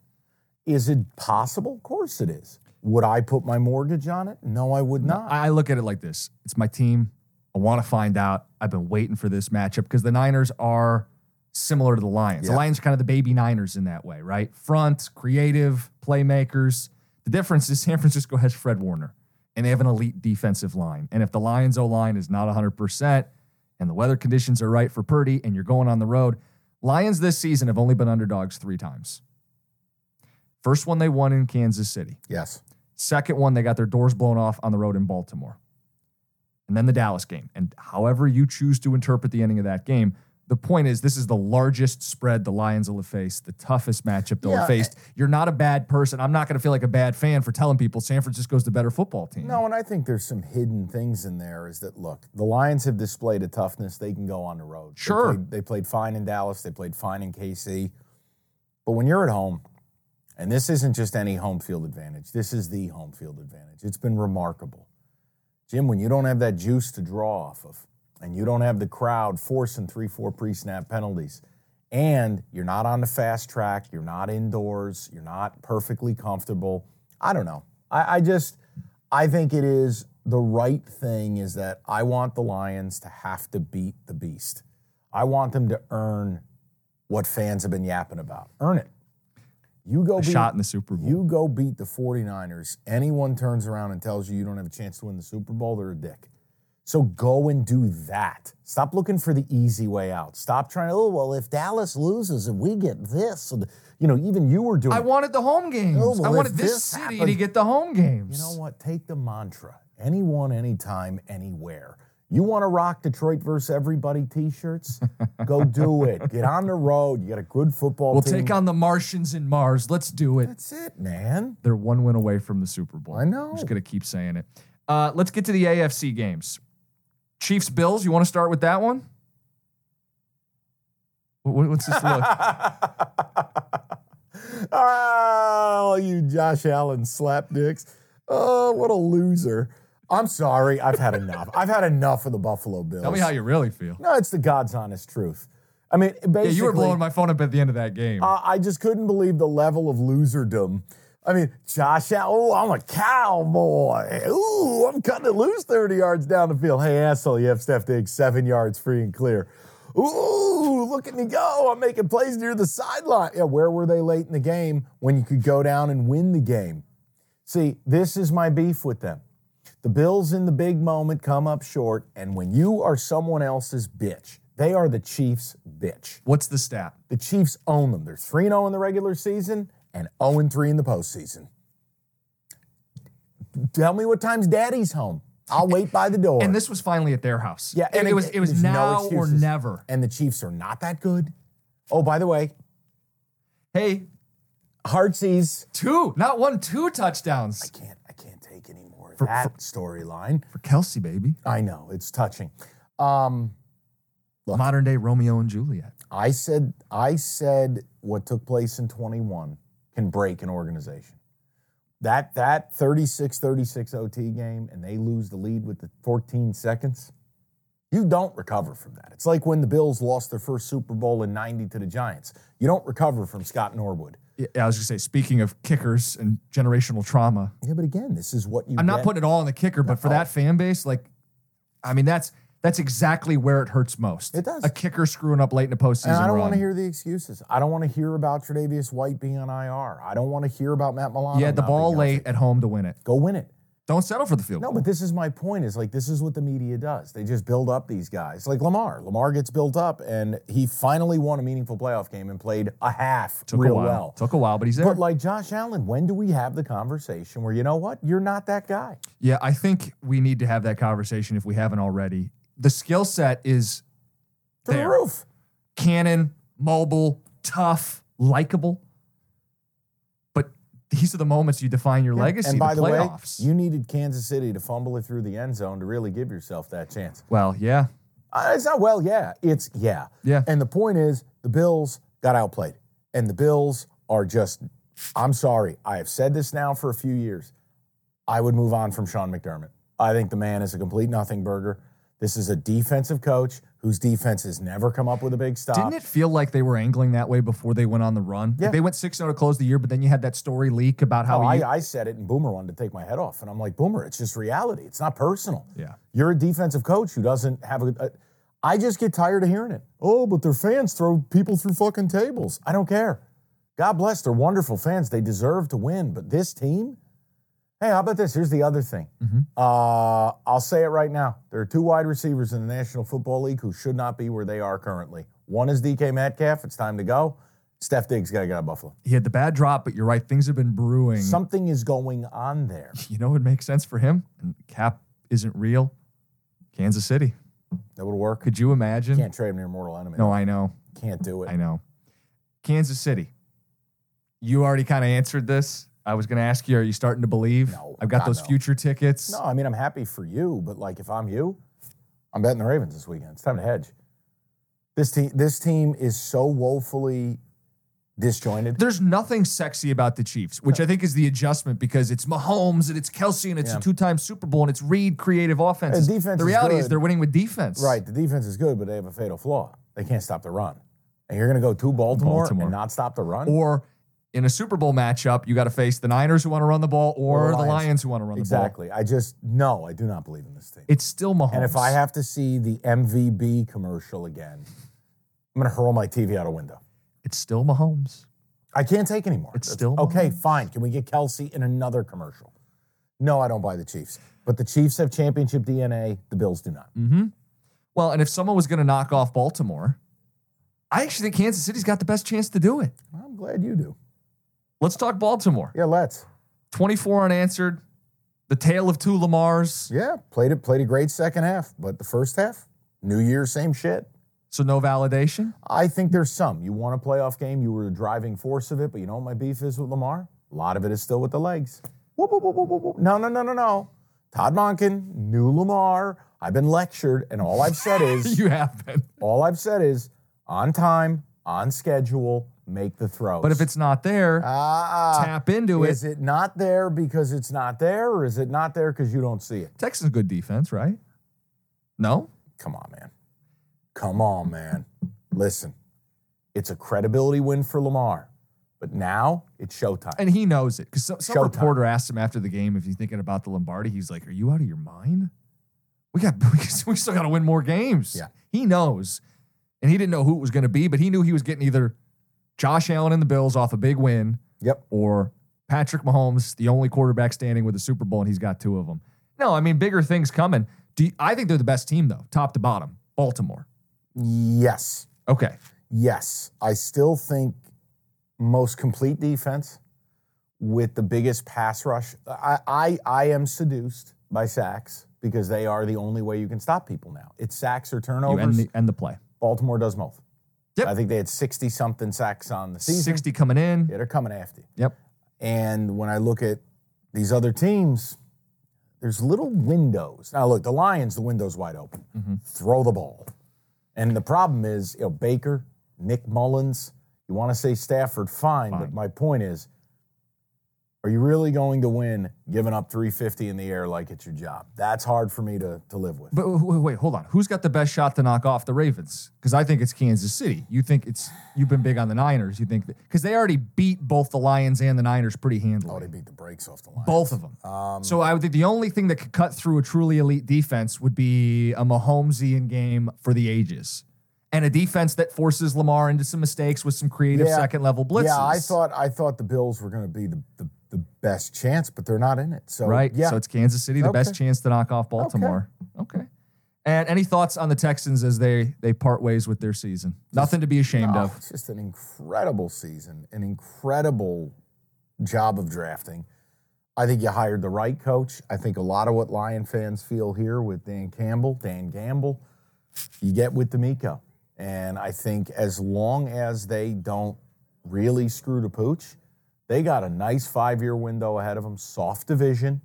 S3: Is it possible? Of course it is. Would I put my mortgage on it? No, I would not.
S2: I I look at it like this. It's my team. I want to find out. I've been waiting for this matchup because the Niners are similar to the Lions. The
S3: Yeah.
S2: Lions are kind of the baby Niners in that way, right? Front, creative, playmakers. The difference is San Francisco has Fred Warner and they have an elite defensive line. And if the Lions O line is not 100% and the weather conditions are right for Purdy and you're going on the road, Lions this season have only been underdogs three times. First one they won in Kansas City.
S3: yes.
S2: Second one, they got their doors blown off on the road in Baltimore. And then the Dallas game. And however you choose to interpret the ending of that game, The point is, this is the largest spread the Lions will have faced, the toughest matchup they'll
S3: Yeah. eh.
S2: have faced. You're not a bad person. I'm not going to feel like a bad fan for telling people San Francisco's the better football team.
S3: No, and I think there's some hidden things in there. Is that look, the Lions have displayed a toughness. They can go on the road. They
S2: Sure.
S3: played- they played fine in Dallas. They played fine in KC. But when you're at home, and this isn't just any home field advantage. This is the home field advantage. It's been remarkable, Jim. When you don't have that juice to draw off of, and you don't have the crowd forcing three, four pre-snap penalties, and you're not on the fast track, you're not indoors, you're not perfectly comfortable. I don't know. I, I just, I think it is the right thing is that I want the Lions to have to beat the beast. I want them to earn what fans have been yapping about. Earn it. You go
S2: A
S3: beat,
S2: shot in the Super Bowl.
S3: You go beat the 49ers. Anyone turns around and tells you you don't have a chance to win the Super Bowl, they're a dick. So go and do that. Stop looking for the easy way out. Stop trying to, oh, well, if Dallas loses and we get this, and, you know, even you were doing
S2: I wanted the home games.
S3: Oh, well,
S2: I
S3: if
S2: wanted this,
S3: this
S2: city to
S3: happened-
S2: get the home games.
S3: You know what? Take the mantra anyone, anytime, anywhere. You want to rock Detroit versus everybody t shirts? Go do it. Get on the road. You got a good football
S2: We'll
S3: team.
S2: take on the Martians in Mars. Let's do it.
S3: That's it, man.
S2: They're one win away from the Super Bowl.
S3: I know.
S2: I'm just going to keep saying it. Uh, let's get to the AFC games. Chiefs Bills, you want to start with that one? What- what- What's this look?
S3: oh, you Josh Allen slapdicks. Oh, what a loser. I'm sorry. I've had enough. I've had enough of the Buffalo Bills.
S2: Tell me how you really feel.
S3: No, it's the God's honest truth. I mean, basically.
S2: Yeah, you were blowing my phone up at the end of that game.
S3: Uh, I just couldn't believe the level of loserdom. I mean, Josh Allen, oh, I'm a cowboy. Ooh, I'm cutting it loose 30 yards down the field. Hey, asshole, you have Steph Diggs seven yards free and clear. Ooh, look at me go. I'm making plays near the sideline. Yeah, where were they late in the game when you could go down and win the game? See, this is my beef with them. The Bills in the big moment come up short, and when you are someone else's bitch, they are the Chiefs' bitch.
S2: What's the stat?
S3: The Chiefs own them. They're 3 0 in the regular season and 0 3 in the postseason. Tell me what time's daddy's home. I'll wait by the door.
S2: And this was finally at their house.
S3: yeah,
S2: It- it,
S3: ag-
S2: was it was
S3: there's no
S2: now or
S3: excuses.
S2: never.
S3: And the Chiefs are not that good. Oh, by the way,
S2: Hey,
S3: Heartsease.
S2: two, not one, two touchdowns
S3: I can't, I can't take any more of that storyline.
S2: for Kelsey, baby.
S3: I know, it's touching. Um, Look.
S2: Modern day Romeo and Juliet.
S3: I said I said what took place in 21 can break an organization. That that 36-36 OT game and they lose the lead with the 14 seconds. You don't recover from that. It's like when the Bills lost their first Super Bowl in 90 to the Giants. You don't recover from Scott Norwood.
S2: Yeah, I was gonna say, speaking of kickers and generational trauma,
S3: Yeah, but again, this is what you
S2: I'm not
S3: get.
S2: putting it all on the kicker, but for that fan base, like, I mean, that's that's exactly where it hurts most.
S3: It does.
S2: A kicker screwing up late in the postseason.
S3: And I don't
S2: run.
S3: want to hear the excuses. I don't want to hear about Tredavious White being on IR. I don't want to hear about Matt Milano.
S2: You had the
S3: not being
S2: ball
S3: healthy.
S2: late at home to win it.
S3: Go win it.
S2: Don't settle for the field.
S3: No,
S2: goal.
S3: but this is my point. Is like this is what the media does. They just build up these guys. Like Lamar. Lamar gets built up, and he finally won a meaningful playoff game and played a half
S2: took
S3: real
S2: a while.
S3: well.
S2: Took a while, but he's there.
S3: But like Josh Allen, when do we have the conversation where you know what? You're not that guy.
S2: Yeah, I think we need to have that conversation if we haven't already. The skill set is
S3: To the
S2: There.
S3: roof.
S2: cannon, mobile, tough, likable. But these are the moments you define your legacy.
S3: and by
S2: the
S3: the,
S2: playoffs.
S3: way, you needed Kansas City to fumble it through the end zone to really give yourself that chance.
S2: well, yeah,
S3: Uh, it's not well, yeah. It's yeah.
S2: yeah.
S3: And the point is, the Bills got outplayed. And the Bills are just, I'm sorry, I have said this now for a few years. I would move on from Sean McDermott. I think the man is a complete nothing burger. This is a defensive coach whose defense has never come up with a big stop.
S2: Didn't it feel like they were angling that way before they went on the run? Like,
S3: Yeah.
S2: they went 6 0 to close the year, but then you had that story leak about how
S3: Oh,
S2: he.
S3: I, I said it, and Boomer wanted to take my head off. And I'm like, Boomer, it's just reality. It's not personal.
S2: yeah.
S3: You're a defensive coach who doesn't have a. a I just get tired of hearing it. Oh, but their fans throw people through fucking tables. I don't care. God bless. They're wonderful fans. They deserve to win. But this team, hey, how about this? Here's the other thing. Uh, I'll say it right now. There are two wide receivers in the National Football League who should not be where they are currently. One is DK Metcalf. It's time to go. Steph Diggs got to get out of Buffalo.
S2: He had the bad drop, but you're right. Things have been brewing.
S3: Something is going on there.
S2: you know what makes sense for him? And Cap isn't real. Kansas City.
S3: That would work.
S2: Could you imagine?
S3: Can't trade him to your mortal enemy.
S2: No, I know.
S3: Can't do it.
S2: I know. Kansas City. You already kind of answered this. I was going to ask you, are you starting to believe?
S3: No,
S2: I've got
S3: God,
S2: those
S3: no.
S2: future tickets.
S3: No, I mean I'm happy for you, but like if I'm you, I'm betting the Ravens this weekend. It's time to hedge. This team, this team is so woefully disjointed.
S2: There's nothing sexy about the Chiefs, which I think is the adjustment because it's Mahomes and it's Kelsey and it's
S3: Yeah.
S2: a two-time Super Bowl and it's Reed creative offense.
S3: Uh, defense
S2: the
S3: is
S2: reality is,
S3: good.
S2: they're winning with defense.
S3: Right, the defense is good, but they have a fatal flaw. They can't stop the run. And you're going to go to Baltimore,
S2: Baltimore.
S3: and not stop the run.
S2: Or in a Super Bowl matchup, you got to face the Niners who want to run the ball or, the Lions. who want to run
S3: exactly. I just no, I do not believe in this team.
S2: the ball. It's still Mahomes.
S3: And if I have to see the MVB commercial again, I'm going to hurl my TV out a window.
S2: it's still Mahomes.
S3: I can't take anymore.
S2: It's still
S3: okay. Fine. Can we get Kelsey in another commercial? No, I don't buy the Chiefs. But the Chiefs have championship DNA. The Bills do not.
S2: Mm-hmm. Well, and if someone was going to knock off Baltimore, I actually think Kansas City's got the best chance to do it.
S3: I'm glad you do.
S2: Let's talk Baltimore.
S3: Yeah, let's.
S2: 24 unanswered. The tale of two Lamars.
S3: Yeah, played it. Played a great second half, but the first half, New Year, same shit.
S2: So no validation.
S3: I think there's some. You want a playoff game. You were the driving force of it, but you know what my beef is with Lamar. A lot of it is still with the legs. Whoop, whoop, whoop, whoop, whoop, whoop. No, no, no, no, no. Todd Monken, new Lamar. I've been lectured, and all I've said is
S2: You have been.
S3: All I've said is on time, on schedule, make the throws.
S2: But if it's not there,
S3: ah,
S2: tap into
S3: is
S2: it.
S3: it not there because it's not there, or is it not there because you don't see it?
S2: Texans good defense, right? No?
S3: Come on, man. Come on, man. Listen, it's a credibility win for Lamar, but now it's showtime.
S2: And he knows it. Because some, some
S3: Showtime.
S2: reporter asked him after the game if he's thinking about the Lombardi. He's like, Are you out of your mind? We got we still gotta win more games.
S3: Yeah.
S2: He knows. And he didn't know who it was gonna be, but he knew he was getting either Josh Allen and the Bills off a big win
S3: yep.
S2: or Patrick Mahomes, the only quarterback standing with a Super Bowl, and he's got two of them. No, I mean bigger things coming. Do you- I think they're the best team though, top to bottom. Baltimore.
S3: Yes.
S2: Okay.
S3: Yes. I still think most complete defense with the biggest pass rush. I, I, I am seduced by sacks because they are the only way you can stop people now. It's sacks or
S2: You end
S3: turnovers.
S2: the, end the play.
S3: Baltimore does both.
S2: Yep.
S3: I think they had 60 something sacks on the season.
S2: 60 coming in.
S3: Yeah, they're coming after you.
S2: Yep.
S3: And when I look at these other teams, there's little windows. Now, look, the Lions, the window's wide open.
S2: Mm-hmm.
S3: Throw the ball. And the problem is, you know, Baker, Nick Mullins, you want to say Stafford, fine, but my point is, are you really going to win giving up 350 in the air like it's your job? That's hard for me to, to live with.
S2: But wait, wait, wait, hold on. Who's got the best shot to knock off the Ravens? Because I think it's Kansas City. You think it's you've been big on the Niners. You think because they already beat both the Lions and the Niners pretty handily.
S3: Oh, they beat the brakes off the Um, line.
S2: both of them. so I would think the only thing that could cut through a truly elite defense would be a Mahomesian game for the ages, and a defense that forces Lamar into some mistakes with some creative
S3: Yeah.
S2: second level blitzes.
S3: Yeah, I thought I thought the Bills were going to be the, the, the best chance, but they're not in it. So
S2: right.
S3: Oh, yeah,
S2: So it's Kansas City, the best
S3: Okay.
S2: chance to knock off Baltimore. Okay. And any thoughts on the Texans as they they part ways with their season? Nothing to be ashamed
S3: Oh,
S2: of.
S3: It's just an incredible season, an incredible job of drafting. I think you hired the right coach. I think a lot of what Lion fans feel here with Dan Campbell, Dan Gamble, you get with D'Amico. And I think as long as they don't really screw the pooch, they got a nice five year window ahead of them, soft division.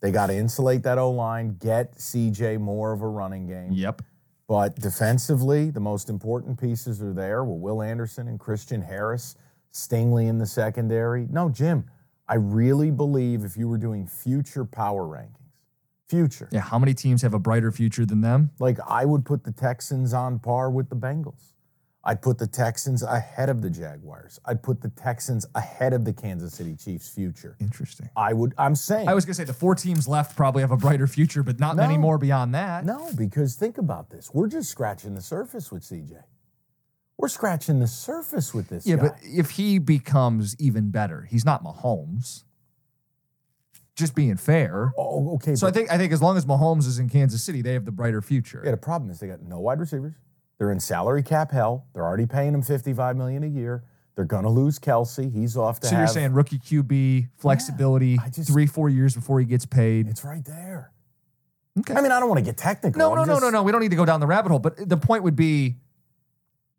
S3: They got to insulate that O line, get CJ more of a running game.
S2: Yep.
S3: But defensively, the most important pieces are there with Will Anderson and Christian Harris, Stingley in the secondary. No, Jim, I really believe if you were doing future power rankings, future,
S2: Yeah. How many teams have a brighter future than them?
S3: like I would put the Texans on par with the Bengals. I'd put the Texans ahead of the Jaguars. I'd put the Texans ahead of the Kansas City Chiefs future.
S2: Interesting.
S3: I would, I'm saying.
S2: I was gonna say the four teams left probably have a brighter future, but not many
S3: No.
S2: more beyond that.
S3: No, because think about this. We're just scratching the surface with CJ. We're scratching the surface with this
S2: Yeah,
S3: guy.
S2: but if he becomes even better, he's not Mahomes. Just being fair.
S3: oh, okay.
S2: So I
S3: but
S2: think I think as long as Mahomes is in Kansas City, they have the brighter future.
S3: yeah, the problem is they got no wide receivers. They're in salary cap hell. They're already paying him fifty-five million a year. They're gonna lose Kelsey. He's off to
S2: So you're
S3: have-
S2: saying rookie QB flexibility
S3: I just-
S2: three four years before he gets paid.
S3: it's right there. I mean, I don't want to get technical.
S2: No,
S3: I'm
S2: no,
S3: just-
S2: no, no, no. We don't need to go down the rabbit hole. But the point would be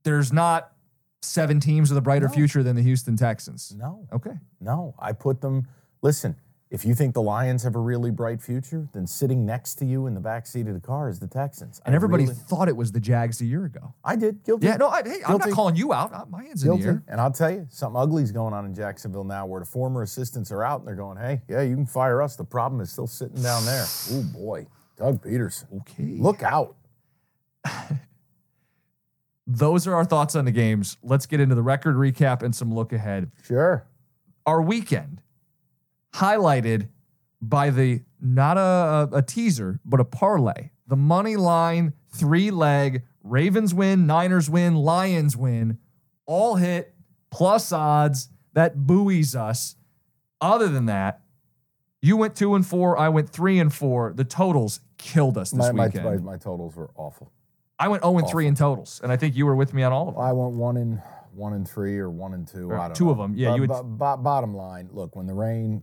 S2: there's not seven teams with a brighter future than the Houston Texans.
S3: No.
S2: Okay.
S3: No, I put them. Listen, if you think the Lions have a really bright future, then sitting next to you in the back seat of the car is the Texans. I
S2: And everybody
S3: really-
S2: thought it was the Jags a year ago.
S3: I did guilty.
S2: Yeah, no, I, hey, I'm not
S3: Guilty.
S2: calling you out. Uh, My hands in
S3: guilty.
S2: the air.
S3: And I'll tell you, something ugly's going on in Jacksonville now, where the former assistants are out and they're going, "Hey, yeah, you can fire us. The problem is still sitting down there." Oh boy, Doug Peterson.
S2: Okay.
S3: Look out.
S2: Those are our thoughts on the games. Let's get into the record recap and some look ahead.
S3: Sure.
S2: Our weekend highlighted by the not a, a teaser, but a parlay. The money line, three leg, Ravens win, Niners win, Lions win, all hit plus odds. That buoys us. Other than that, you went two and four. I went three and four. The totals killed us this
S3: My, my,
S2: weekend.
S3: my, my totals were awful.
S2: I went 0 and 3 in totals, and I think you were with me on all of them.
S3: I want one in one and three or one and two.
S2: Or
S3: I don't
S2: two
S3: know.
S2: of 'em. Yeah,
S3: Bo-
S2: you would-
S3: bo- bo- bottom line, look, when the rain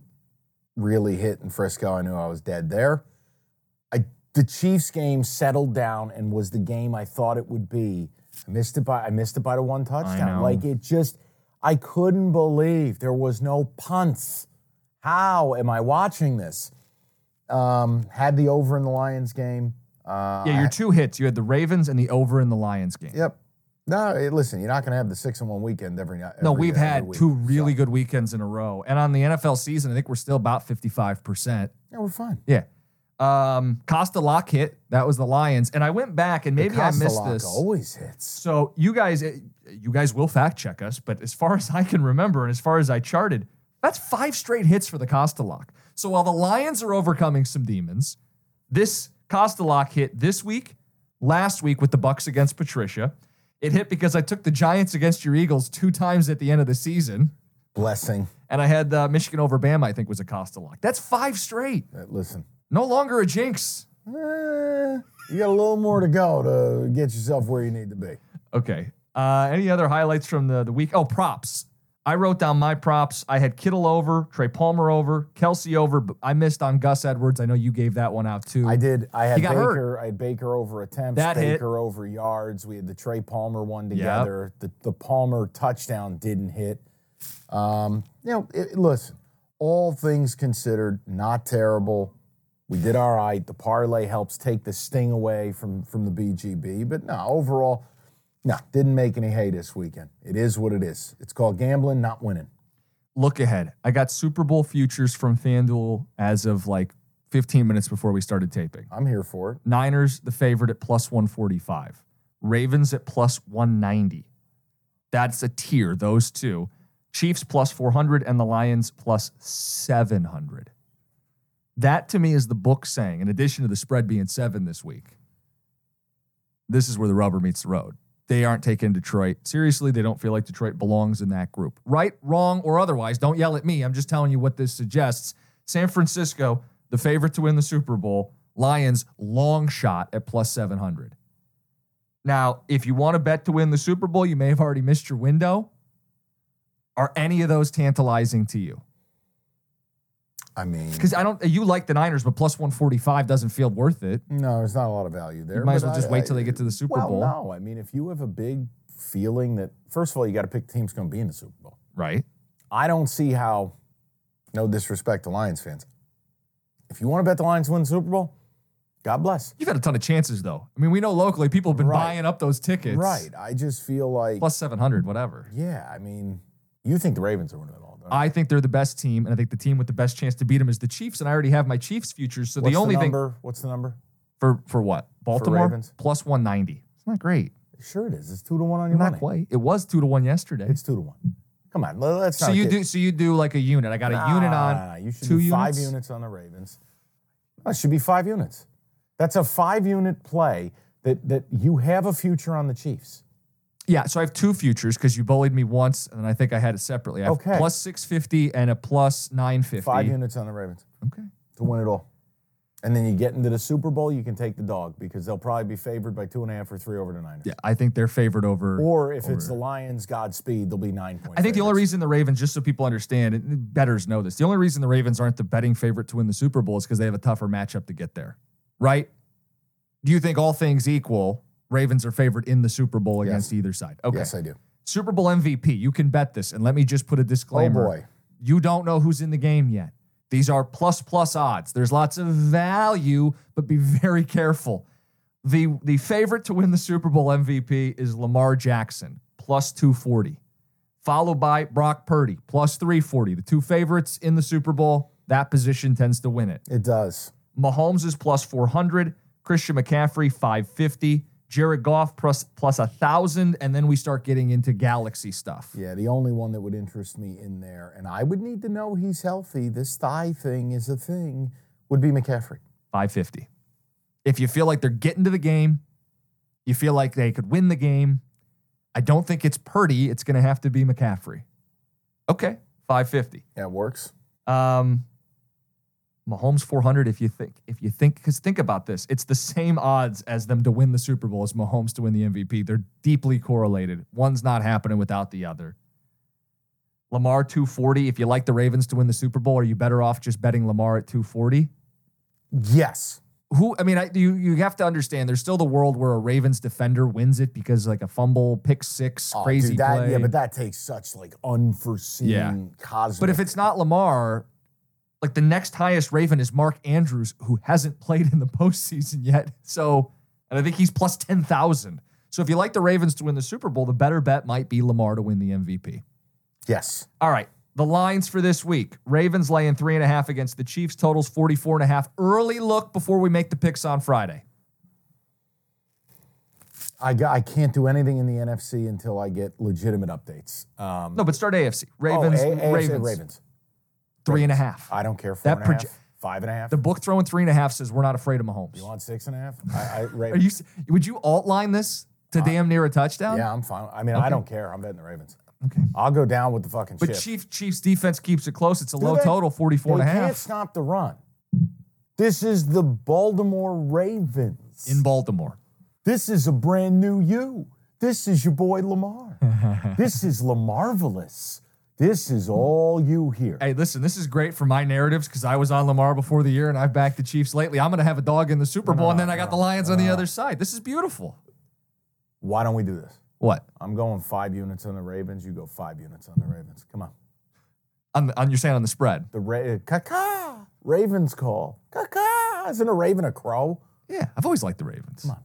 S3: really hit in Frisco, I knew I was dead there. I the Chiefs game settled down and was the game I thought it would be. I missed it by I missed it by the one touchdown.
S2: know.
S3: Like it just I couldn't believe there was no punts. How am I watching this? Um, had the over in the Lions game. Uh,
S2: Yeah, your two hits. You had the Ravens and the over in the Lions game.
S3: Yep. No, hey, listen, you're not going to have the six and one weekend every night.
S2: no,
S3: every-
S2: we've
S3: every
S2: had
S3: week.
S2: two really good weekends in a row. And on the NFL season, I think we're still about 55%.
S3: Yeah, we're fine.
S2: Yeah. Um, Costa Lock hit. That was the Lions. And I went back and maybe I
S3: Costa
S2: missed
S3: lock oh,
S2: this.
S3: Always hits.
S2: So you guys, eh, you guys will fact check us, but as far as I can remember and as far as I charted, that's five straight hits for the Costalock. So while the Lions are overcoming some demons, this Costalock hit this week, last week with the Bucks against Patricia. It hit because I took the Giants against your Eagles two times at the end of the season,
S3: Blessing.
S2: and I had uh, Michigan over Bama. I think was a Costalock. That's five straight.
S3: Uh, Listen,
S2: No longer a jinx.
S3: eh, you got a little more to go to get yourself where you need to be.
S2: Okay. Uh, any other highlights from the, the week? Oh, props. I wrote down my props. I had Kittle over, Trey Palmer over, Kelsey over, but I missed on Gus Edwards. I know you gave that one out too.
S3: I did. I had
S2: He got hurt.
S3: Baker. I had Baker over attempts.
S2: That hit.
S3: Baker over yards. We had the Trey Palmer one together. The the Palmer touchdown didn't hit. Um, you know, it, listen. All things considered, not terrible. We did all right. The parlay helps take the sting away from from the BGB, but no, overall, no, didn't make any hay this weekend. It is what it is. It's called gambling, not winning.
S2: Look ahead. I got Super Bowl futures from FanDuel as of like 15 minutes before we started taping.
S3: I'm here for it.
S2: Niners, the favorite at plus 145. Ravens at plus 190. That's a tier, those two. Chiefs plus 400 and the Lions plus 700. That to me is the book saying, in addition to the spread being seven this week, this is where the rubber meets the road. They aren't taking Detroit seriously. They don't feel like Detroit belongs in that group. Right, wrong, or otherwise, don't yell at me. I'm just telling you what this suggests. San Francisco, the favorite to win the Super Bowl, Lions, long shot at plus 700. Now, if you want to bet to win the Super Bowl, you may have already missed your window. Are any of those tantalizing to you?
S3: I mean,
S2: Because I don't, you like the Niners, but plus 145 doesn't feel worth it.
S3: No, there's not a lot of value there.
S2: You might as
S3: but
S2: well just
S3: I-
S2: wait till
S3: I-
S2: they get to the Super
S3: well,
S2: Bowl.
S3: No, I mean, if you have a big feeling that, first of all, you got to pick the team's going to be in the Super Bowl.
S2: Right.
S3: I don't see how, no disrespect to Lions fans, if you want to bet the Lions win the Super Bowl, God bless.
S2: You've had a ton of chances, though. I mean, we know locally people have been
S3: Right.
S2: buying up those tickets.
S3: right. I just feel like,
S2: Plus 700, whatever.
S3: yeah, I mean, you think the Ravens are winning it all, don't you?
S2: I think they're the best team, and I think the team with the best chance to beat them is the Chiefs, and I already have my Chiefs futures. So
S3: What's
S2: the only thing.
S3: number? What's the number?
S2: For for what? Baltimore
S3: Ravens?
S2: plus 190. It's not great.
S3: Sure, it is. It's two to one on your
S2: Not
S3: money.
S2: quite. It was two to one yesterday.
S3: It's two to one. Come on, let- let's
S2: so
S3: not
S2: you
S3: get-
S2: do so you do like a unit. I got a
S3: Nah,
S2: unit
S3: nah, nah,
S2: on
S3: you should
S2: two
S3: do five
S2: units.
S3: units on the Ravens. That should be five units. That's a five unit play that that you have a future on the Chiefs.
S2: Yeah, so I have two futures because you bullied me once, and I think I had it separately. I have
S3: Okay.
S2: plus six fifty and a plus nine fifty.
S3: Five units on the Ravens
S2: Okay.
S3: to win it all. And then you get into the Super Bowl, you can take the dog because they'll probably be favored by two and a half or three over the Niners.
S2: Yeah, I think they're favored over.
S3: Or if it's the Lions, Godspeed, they'll be nine points.
S2: I think the only reason the Ravens, just so people understand, and betters know this, the only reason the Ravens aren't the betting favorite to win the Super Bowl is because they have a tougher matchup to get there. right? Do you think all things equal, Ravens are favored in the Super Bowl against either side? Okay.
S3: Yes, I do.
S2: Super Bowl MVP, you can bet this. And let me just put a disclaimer.
S3: Oh, boy.
S2: You don't know who's in the game yet. These are plus plus odds. There's lots of value, but be very careful. The the favorite to win the Super Bowl MVP is Lamar Jackson, plus 240 followed by Brock Purdy, plus 340. The two favorites in the Super Bowl, that position tends to win it.
S3: It does.
S2: Mahomes is plus 400, Christian McCaffrey, 550, Jared Goff, plus, plus 1,000, and then we start getting into galaxy stuff.
S3: Yeah, the only one that would interest me in there, and I would need to know he's healthy, this thigh thing is a thing, would be McCaffrey.
S2: 550. If you feel like they're getting to the game, you feel like they could win the game. I don't think it's Purdy. It's going to have to be McCaffrey. Okay, 550.
S3: That works.
S2: Um, Mahomes 400. If you think, if you think, because think about this, it's the same odds as them to win the Super Bowl as Mahomes to win the MVP. They're deeply correlated. One's not happening without the other. Lamar 240. If you like the Ravens to win the Super Bowl, are you better off just betting Lamar at 240?
S3: Yes.
S2: Who? I mean, I, you you have to understand. There's still the world where a Ravens defender wins it because like a fumble, pick six,
S3: Oh,
S2: crazy
S3: dude, that,
S2: play.
S3: Yeah, but that takes such like unforeseen
S2: Yeah.
S3: cosmic.
S2: But if it's not Lamar, like the next highest Raven is Mark Andrews, who hasn't played in the postseason yet. So, and I think he's plus 10,000. So if you like the Ravens to win the Super Bowl, the better bet might be Lamar to win the MVP.
S3: yes,
S2: All right. The lines for this week Ravens laying three and a half against the Chiefs, totals 44 and a half. Early look before we make the picks on Friday.
S3: I got, I can't do anything in the NFC until I get legitimate updates. Um,
S2: No, but start AFC. Ravens,
S3: oh, A- AFC
S2: Ravens,
S3: Ravens.
S2: three and a half.
S3: I don't care. Four
S2: That
S3: and a half,
S2: proje-
S3: five and a half.
S2: The book throwing three and a half says we're not afraid of Mahomes.
S3: you want six and a half? I, I,
S2: Are
S3: Ravens.
S2: you? Would you alt line this to damn near a touchdown?
S3: Uh, yeah, I'm fine. I mean, I don't care. I'm betting the Ravens.
S2: Okay.
S3: I'll go down with the fucking
S2: But
S3: ship.
S2: Chief Chiefs defense keeps it close. It's a
S3: Do
S2: low
S3: they?
S2: total, 44 and a
S3: They can't
S2: half
S3: stop the run. This is the Baltimore Ravens.
S2: in Baltimore.
S3: this is a brand new you. This is your boy Lamar. this is Lamarvelous. This is all you here.
S2: Hey, listen, this is great for my narratives because I was on Lamar before the year and I've backed the Chiefs lately. I'm going to have a dog in the Super Bowl and then I got the Lions on the other side. This is beautiful.
S3: Why don't we do this?
S2: What?
S3: I'm going five units on the Ravens. You go five units on the Ravens. Come on.
S2: On, the, on you're saying on the spread?
S3: The Ra- caca. Ravens call. Caca. Isn't a Raven a crow?
S2: Yeah, I've always liked the Ravens.
S3: Come on.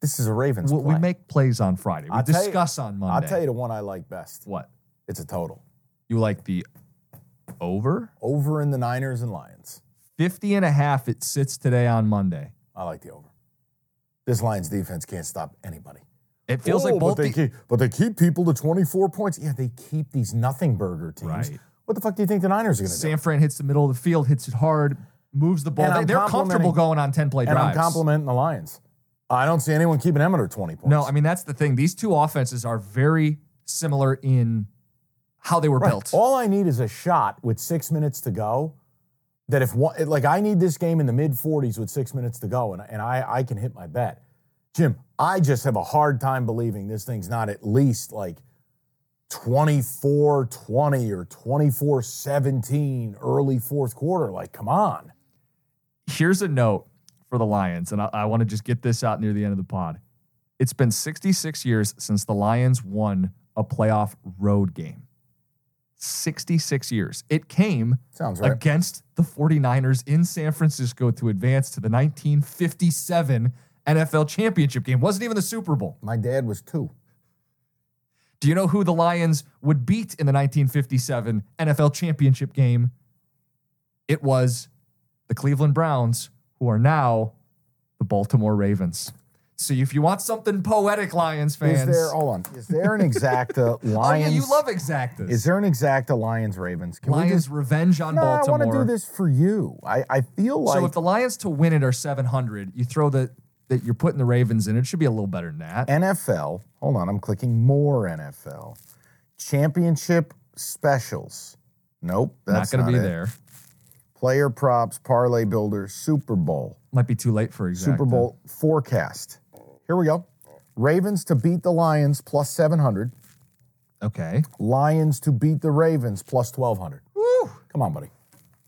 S3: This is a Ravens.
S2: We, we
S3: play.
S2: make plays on Friday. We
S3: I'll tell you-
S2: discuss on Monday.
S3: I'll tell you the one I like best.
S2: what
S3: It's a total.
S2: you like the over
S3: Over in the Niners and Lions.
S2: 50 and a half. It sits today on Monday.
S3: I like the over. This Lions defense can't stop anybody.
S2: It feels
S3: Oh,
S2: like both
S3: but they
S2: the-
S3: keep, but they keep people to 24 points. Yeah, they keep these nothing burger teams.
S2: Right.
S3: What the fuck do you think the Niners are going to do?
S2: San Fran hits the middle of the field, hits it hard, moves the ball.
S3: And
S2: They,
S3: I'm
S2: they're comfortable
S3: complimenting-
S2: going on 10 play
S3: And I'm
S2: drives.
S3: complimenting the Lions. I don't see anyone keeping them under 20 points.
S2: no, I mean, that's the thing. These two offenses are very similar in how they were
S3: Right.
S2: built.
S3: All I need is a shot with six minutes to go. That if one, like I need this game in the mid 40s with six minutes to go, and, and I, I can hit my bet. Jim, I just have a hard time believing this thing's not at least like 24 20 or 24 17 early fourth quarter. Like, come on.
S2: Here's a note for the Lions, and I, I want to just get this out near the end of the pod. It's been 66 years since the Lions won a playoff road game. 66 years. It came
S3: Sounds right.
S2: against the 49ers in San Francisco to advance to the 1957 NFL Championship game. Wasn't even the Super Bowl.
S3: My dad was two.
S2: Do you know who the Lions would beat in the 1957 NFL Championship game? It was the Cleveland Browns, who are now the Baltimore Ravens. So if you want something poetic, Lions fans,
S3: Is there, hold on, is there an exacta
S2: oh yeah,
S3: Lions?
S2: you love exactas.
S3: Is there an exacta Lions Ravens? Can
S2: Lions
S3: we just,
S2: revenge on
S3: no, I
S2: Baltimore?
S3: want to do this for you. I, I feel like.
S2: so if the Lions to win it are 700, you throw the that you're putting the Ravens in. It should be a little better than that.
S3: NFL. Hold on, I'm clicking more NFL. Championship specials. Nope, that's
S2: not going to be
S3: it.
S2: there.
S3: Player props, parlay builder, Super Bowl,
S2: Might be too late for exacta.
S3: Super Bowl forecast. Here we go. Ravens to beat the Lions plus 700.
S2: Okay.
S3: Lions to beat the Ravens plus 1200. Woo! Come on, buddy.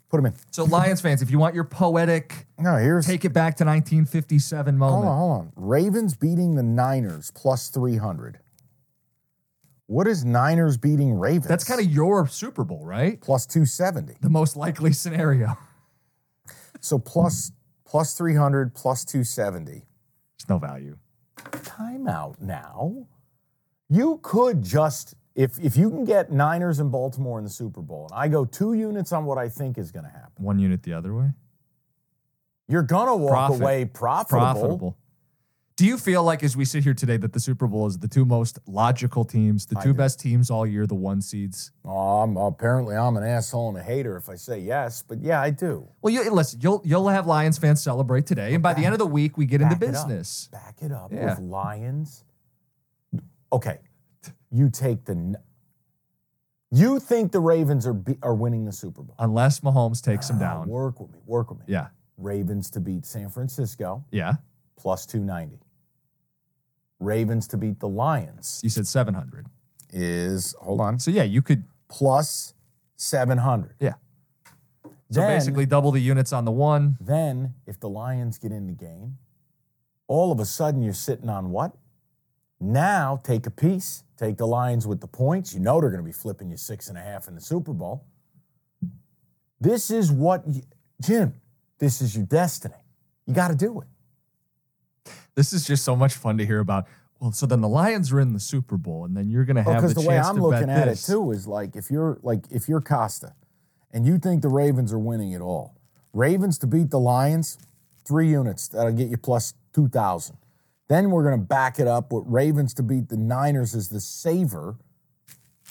S3: Put them in.
S2: So, Lions fans, if you want your poetic,
S3: no, here's
S2: take it back to 1957 moment.
S3: Hold on, hold on. Ravens beating the Niners plus 300. What is Niners beating Ravens?
S2: That's kind of your Super Bowl, right?
S3: Plus 270.
S2: The most likely scenario.
S3: So plus plus 300, plus 270.
S2: It's no value.
S3: Timeout now. You could just if if you can get Niners and Baltimore in the Super Bowl, and I go two units on what I think is going to happen,
S2: One unit the other way.
S3: you're going to walk
S2: Profit.
S3: away profitable.
S2: Profitable. Do you feel like, as we sit here today, that the Super Bowl is the two most logical teams, the
S3: I
S2: two
S3: do.
S2: best teams all year, the one seeds?
S3: Oh, I'm, apparently, I'm an asshole and a hater if I say yes, but yeah, I do.
S2: Well, you, listen, you'll you'll have Lions fans celebrate today, and by the end of the week, we get into
S3: Back it up.
S2: business.
S3: Back it up
S2: Yeah.
S3: with Lions. Okay, you take the. n- You think the Ravens are be, are winning the Super Bowl?
S2: Unless Mahomes takes them
S3: Ah,
S2: down.
S3: Work with me. Work with me.
S2: Yeah,
S3: Ravens to beat San Francisco
S2: yeah.
S3: plus two ninety. Ravens to beat the Lions
S2: You said seven hundred.
S3: is hold on
S2: So yeah, you could.
S3: plus seven hundred.
S2: Yeah. So
S3: Then-
S2: basically, double the units on the one.
S3: Then, if the Lions get in the game, all of a sudden you're sitting on what? Now, take a piece, take the Lions with the points. You know they're going to be flipping you six and a half in the Super Bowl. This is what, you, Jim, this is your destiny. You got to do it.
S2: This is just so much fun to hear about. Well, so then the Lions are in the Super Bowl, and then you're going to have
S3: Because
S2: the,
S3: the, way
S2: chance
S3: I'm
S2: to
S3: looking
S2: bet
S3: at
S2: this.
S3: it too is like if you're like if you're Costa, and you think the Ravens are winning it all, Ravens to beat the Lions, three units that'll get you plus two thousand. Then we're gonna back it up with Ravens to beat the Niners is the saver.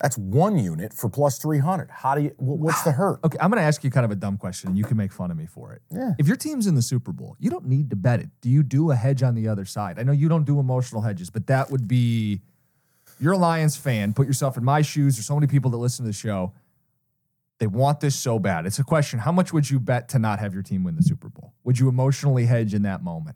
S3: That's one unit for plus three hundred. How do you? wh- What's the hurt?
S2: Okay, I'm going to ask you kind of a dumb question. and You can make fun of me for it.
S3: Yeah.
S2: If your team's in the Super Bowl, you don't need to bet it. Do you do a hedge on the other side? I know you don't do emotional hedges, but that would be you're a Lions fan. Put yourself in my shoes. There's so many people that listen to the show. They want this so bad. It's a question. How much would you bet to not have your team win the Super Bowl? Would you emotionally hedge in that moment?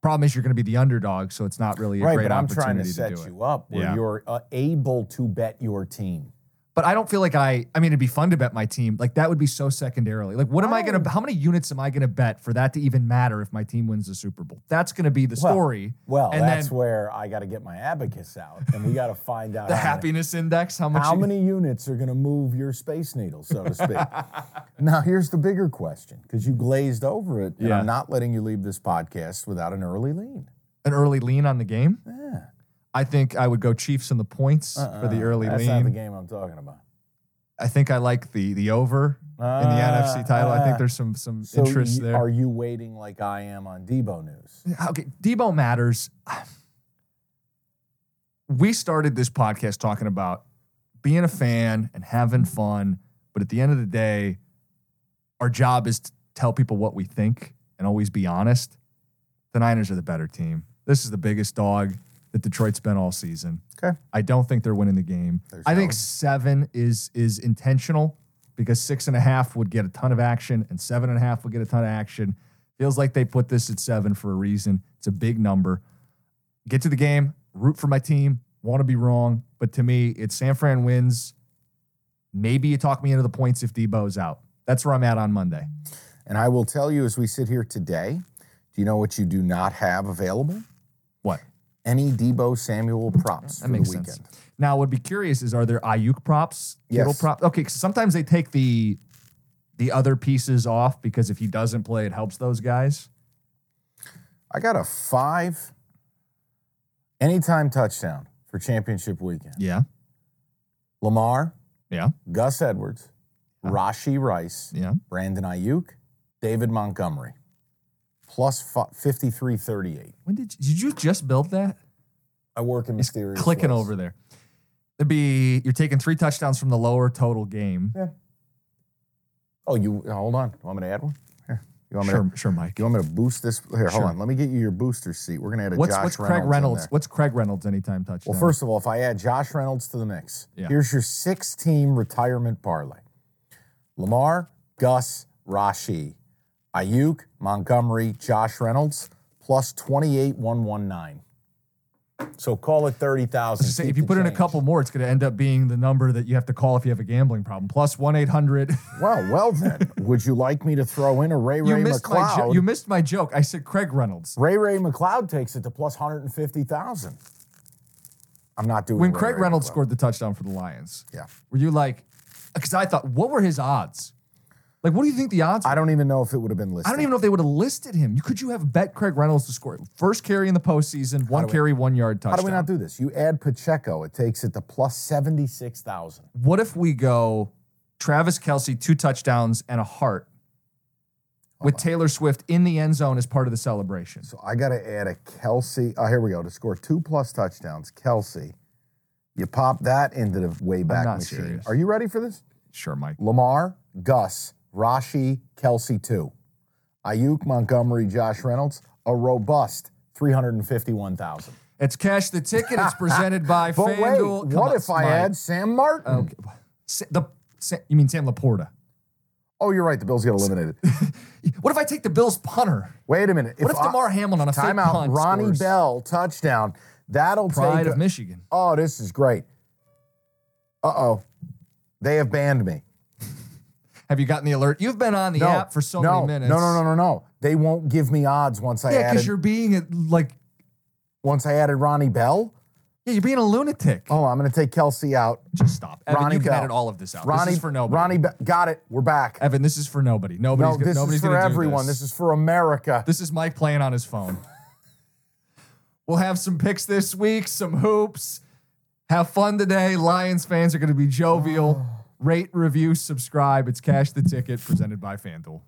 S2: Problem is, you're going to be the underdog, so it's not really a
S3: Right,
S2: great
S3: but I'm
S2: opportunity
S3: trying to
S2: do
S3: set
S2: it.
S3: you up where
S2: Yeah.
S3: you're uh, able to bet your team.
S2: But I don't feel like I. I mean, it'd be fun to bet my team. Like that would be so secondarily. Like, what am I
S3: Oh.
S2: gonna? How many units am I gonna bet for that to even matter if my team wins the Super Bowl? That's gonna be the
S3: Well-
S2: story.
S3: Well,
S2: and
S3: that's
S2: then
S3: where I got to get my abacus out, and we got to find out
S2: the
S3: how many-
S2: happiness index. How much?
S3: How
S2: you-
S3: many units are going to move your space needle, so to speak? now, here's the bigger question because you glazed over it, and
S2: Yeah.
S3: I'm not letting you leave this podcast without an early lean.
S2: An early lean on the game.
S3: Yeah. Uh-uh.
S2: I think I would go Chiefs in the points for the early
S3: That's
S2: lean.
S3: not the game I'm talking about.
S2: I think I like the the over in the
S3: Ah,
S2: NFC title. I
S3: ah.
S2: think there's some some
S3: So,
S2: interest
S3: you-
S2: there.
S3: are you waiting like I am on Debo news?
S2: okay, Debo matters. We started this podcast talking about being a fan and having fun, but at the end of the day, our job is to tell people what we think and always be honest. The Niners are the better team. This is the biggest dog that Detroit's been all season.
S3: Okay.
S2: I don't think they're winning the game.
S3: There's
S2: I think
S3: no-
S2: seven is is intentional because six and a half would get a ton of action and seven and a half would get a ton of action. Feels like they put this at seven for a reason. It's a big number. Get to the game, root for my team, want to be wrong. But to me, it's San Fran wins. Maybe you talk me into the points if Debo's out. That's where I'm at on Monday.
S3: And I will tell you as we sit here today do you know what you do not have available?
S2: What?
S3: Any Debo Samuel props
S2: That
S3: for
S2: makes
S3: the weekend.
S2: sense. Now, what would be curious is are there Ayuk props? Kittle
S3: Yes.
S2: props? Okay, 'cause sometimes they take the the other pieces off because if he doesn't play, it helps those guys.
S3: I got a five anytime touchdown for championship weekend.
S2: Yeah.
S3: Lamar,
S2: Yeah.
S3: Gus Edwards, Rashi Rice,
S2: Uh-huh. Yeah.
S3: Brandon Ayuk, David Montgomery, plus fi- 5338.
S2: When did you, did you just build that?
S3: I work in
S2: It's
S3: mysterious.
S2: clicking
S3: ways.
S2: over there. It'd be you're taking three touchdowns from the lower total game.
S3: Oh, you hold on. You want me to add one? Here. You want me
S2: Sure,
S3: to
S2: sure, Mike.
S3: you want me to boost this? Here, hold
S2: Sure.
S3: on. Let me get you your booster seat. We're gonna add a
S2: What's
S3: Josh
S2: what's
S3: Reynolds.
S2: Craig
S3: in
S2: Reynolds?
S3: there.
S2: What's Craig Reynolds anytime touchdown?
S3: Well, first of all, if I add Josh Reynolds to the mix,
S2: Yeah.
S3: here's your six team retirement parlay Lamar, Gus, Rashi, Ayuk, Montgomery, Josh Reynolds, plus 28119. So call it 30,000.
S2: Say,
S3: Keep
S2: if you
S3: the
S2: put in a
S3: change.
S2: couple more, it's going to end up being the number that you have to call if you have a gambling problem. Plus 1 800.
S3: Well, well then, would you like me to throw in a Ray
S2: You
S3: Ray
S2: missed, my jo-
S3: McLeod?
S2: you missed my joke. I said Craig Reynolds.
S3: Ray Ray McLeod takes it to plus 150,000. I'm not doing
S2: When
S3: Ray
S2: Craig
S3: Ray
S2: Reynolds
S3: McLeod.
S2: scored the touchdown for the Lions,
S3: Yeah.
S2: were you like, because I thought, what were his odds? Like, what do you think the odds?
S3: I don't even know if it would have been listed.
S2: I don't even know if they would have listed him. You could you have bet Craig Reynolds to score first carry in the postseason, one carry, one yard touchdown.
S3: How do we not do this? You add Pacheco, it takes it to plus 76,000.
S2: What if we go Travis Kelsey, two touchdowns and a heart with Taylor Swift in the end zone as part of the celebration?
S3: So I got to add a Kelsey. Oh, here we go. To score two plus touchdowns, Kelsey. You pop that into the Wayback
S2: not
S3: Machine.
S2: serious.
S3: Are you ready for this?
S2: Sure, Mike.
S3: Lamar, Gus, Rashi, Kelsey, two. Ayuk, Montgomery, Josh Reynolds, a robust 351,000.
S2: It's Cash the Ticket. It's presented by
S3: But wait,
S2: FanDuel. Come
S3: what
S2: on,
S3: if I
S2: Mike. Um,
S3: add Sam Martin?
S2: Okay. Sa- The, Sa- you mean Sam Laporta?
S3: Oh, you're right. The Bills get eliminated.
S2: What if I take the Bills punter?
S3: Wait a minute.
S2: What if,
S3: I-
S2: DeMar Hamlin on a fake
S3: Timeout.
S2: punt
S3: Ronnie
S2: scores?
S3: Bell, touchdown. That'll
S2: Pride
S3: take
S2: of Michigan.
S3: Oh, this is great. Uh oh. They have banned me.
S2: Have you gotten the alert? You've been on the
S3: no,
S2: app for so
S3: no,
S2: many minutes.
S3: No, no, no, no, no. They won't give me odds once I
S2: Yeah, because
S3: added
S2: you're being a, like,
S3: once I added Ronnie Bell.
S2: yeah, you're being a lunatic.
S3: Oh, I'm gonna take Kelsey out.
S2: Just stop, Evan.
S3: Ronnie
S2: you can
S3: Bell.
S2: edit all of this out.
S3: Ronnie
S2: this is for nobody.
S3: Ronnie Be- got it. We're back.
S2: Evan, this is for nobody. Nobody's
S3: no,
S2: gonna,
S3: this
S2: nobody's
S3: is for
S2: gonna do
S3: everyone.
S2: this.
S3: This. is for America.
S2: This is Mike playing on his phone. we'll have some picks this week, some hoops. Have fun today. Lions fans are going to be jovial. Rate, review, subscribe. It's Cash the Ticket presented by FanDuel.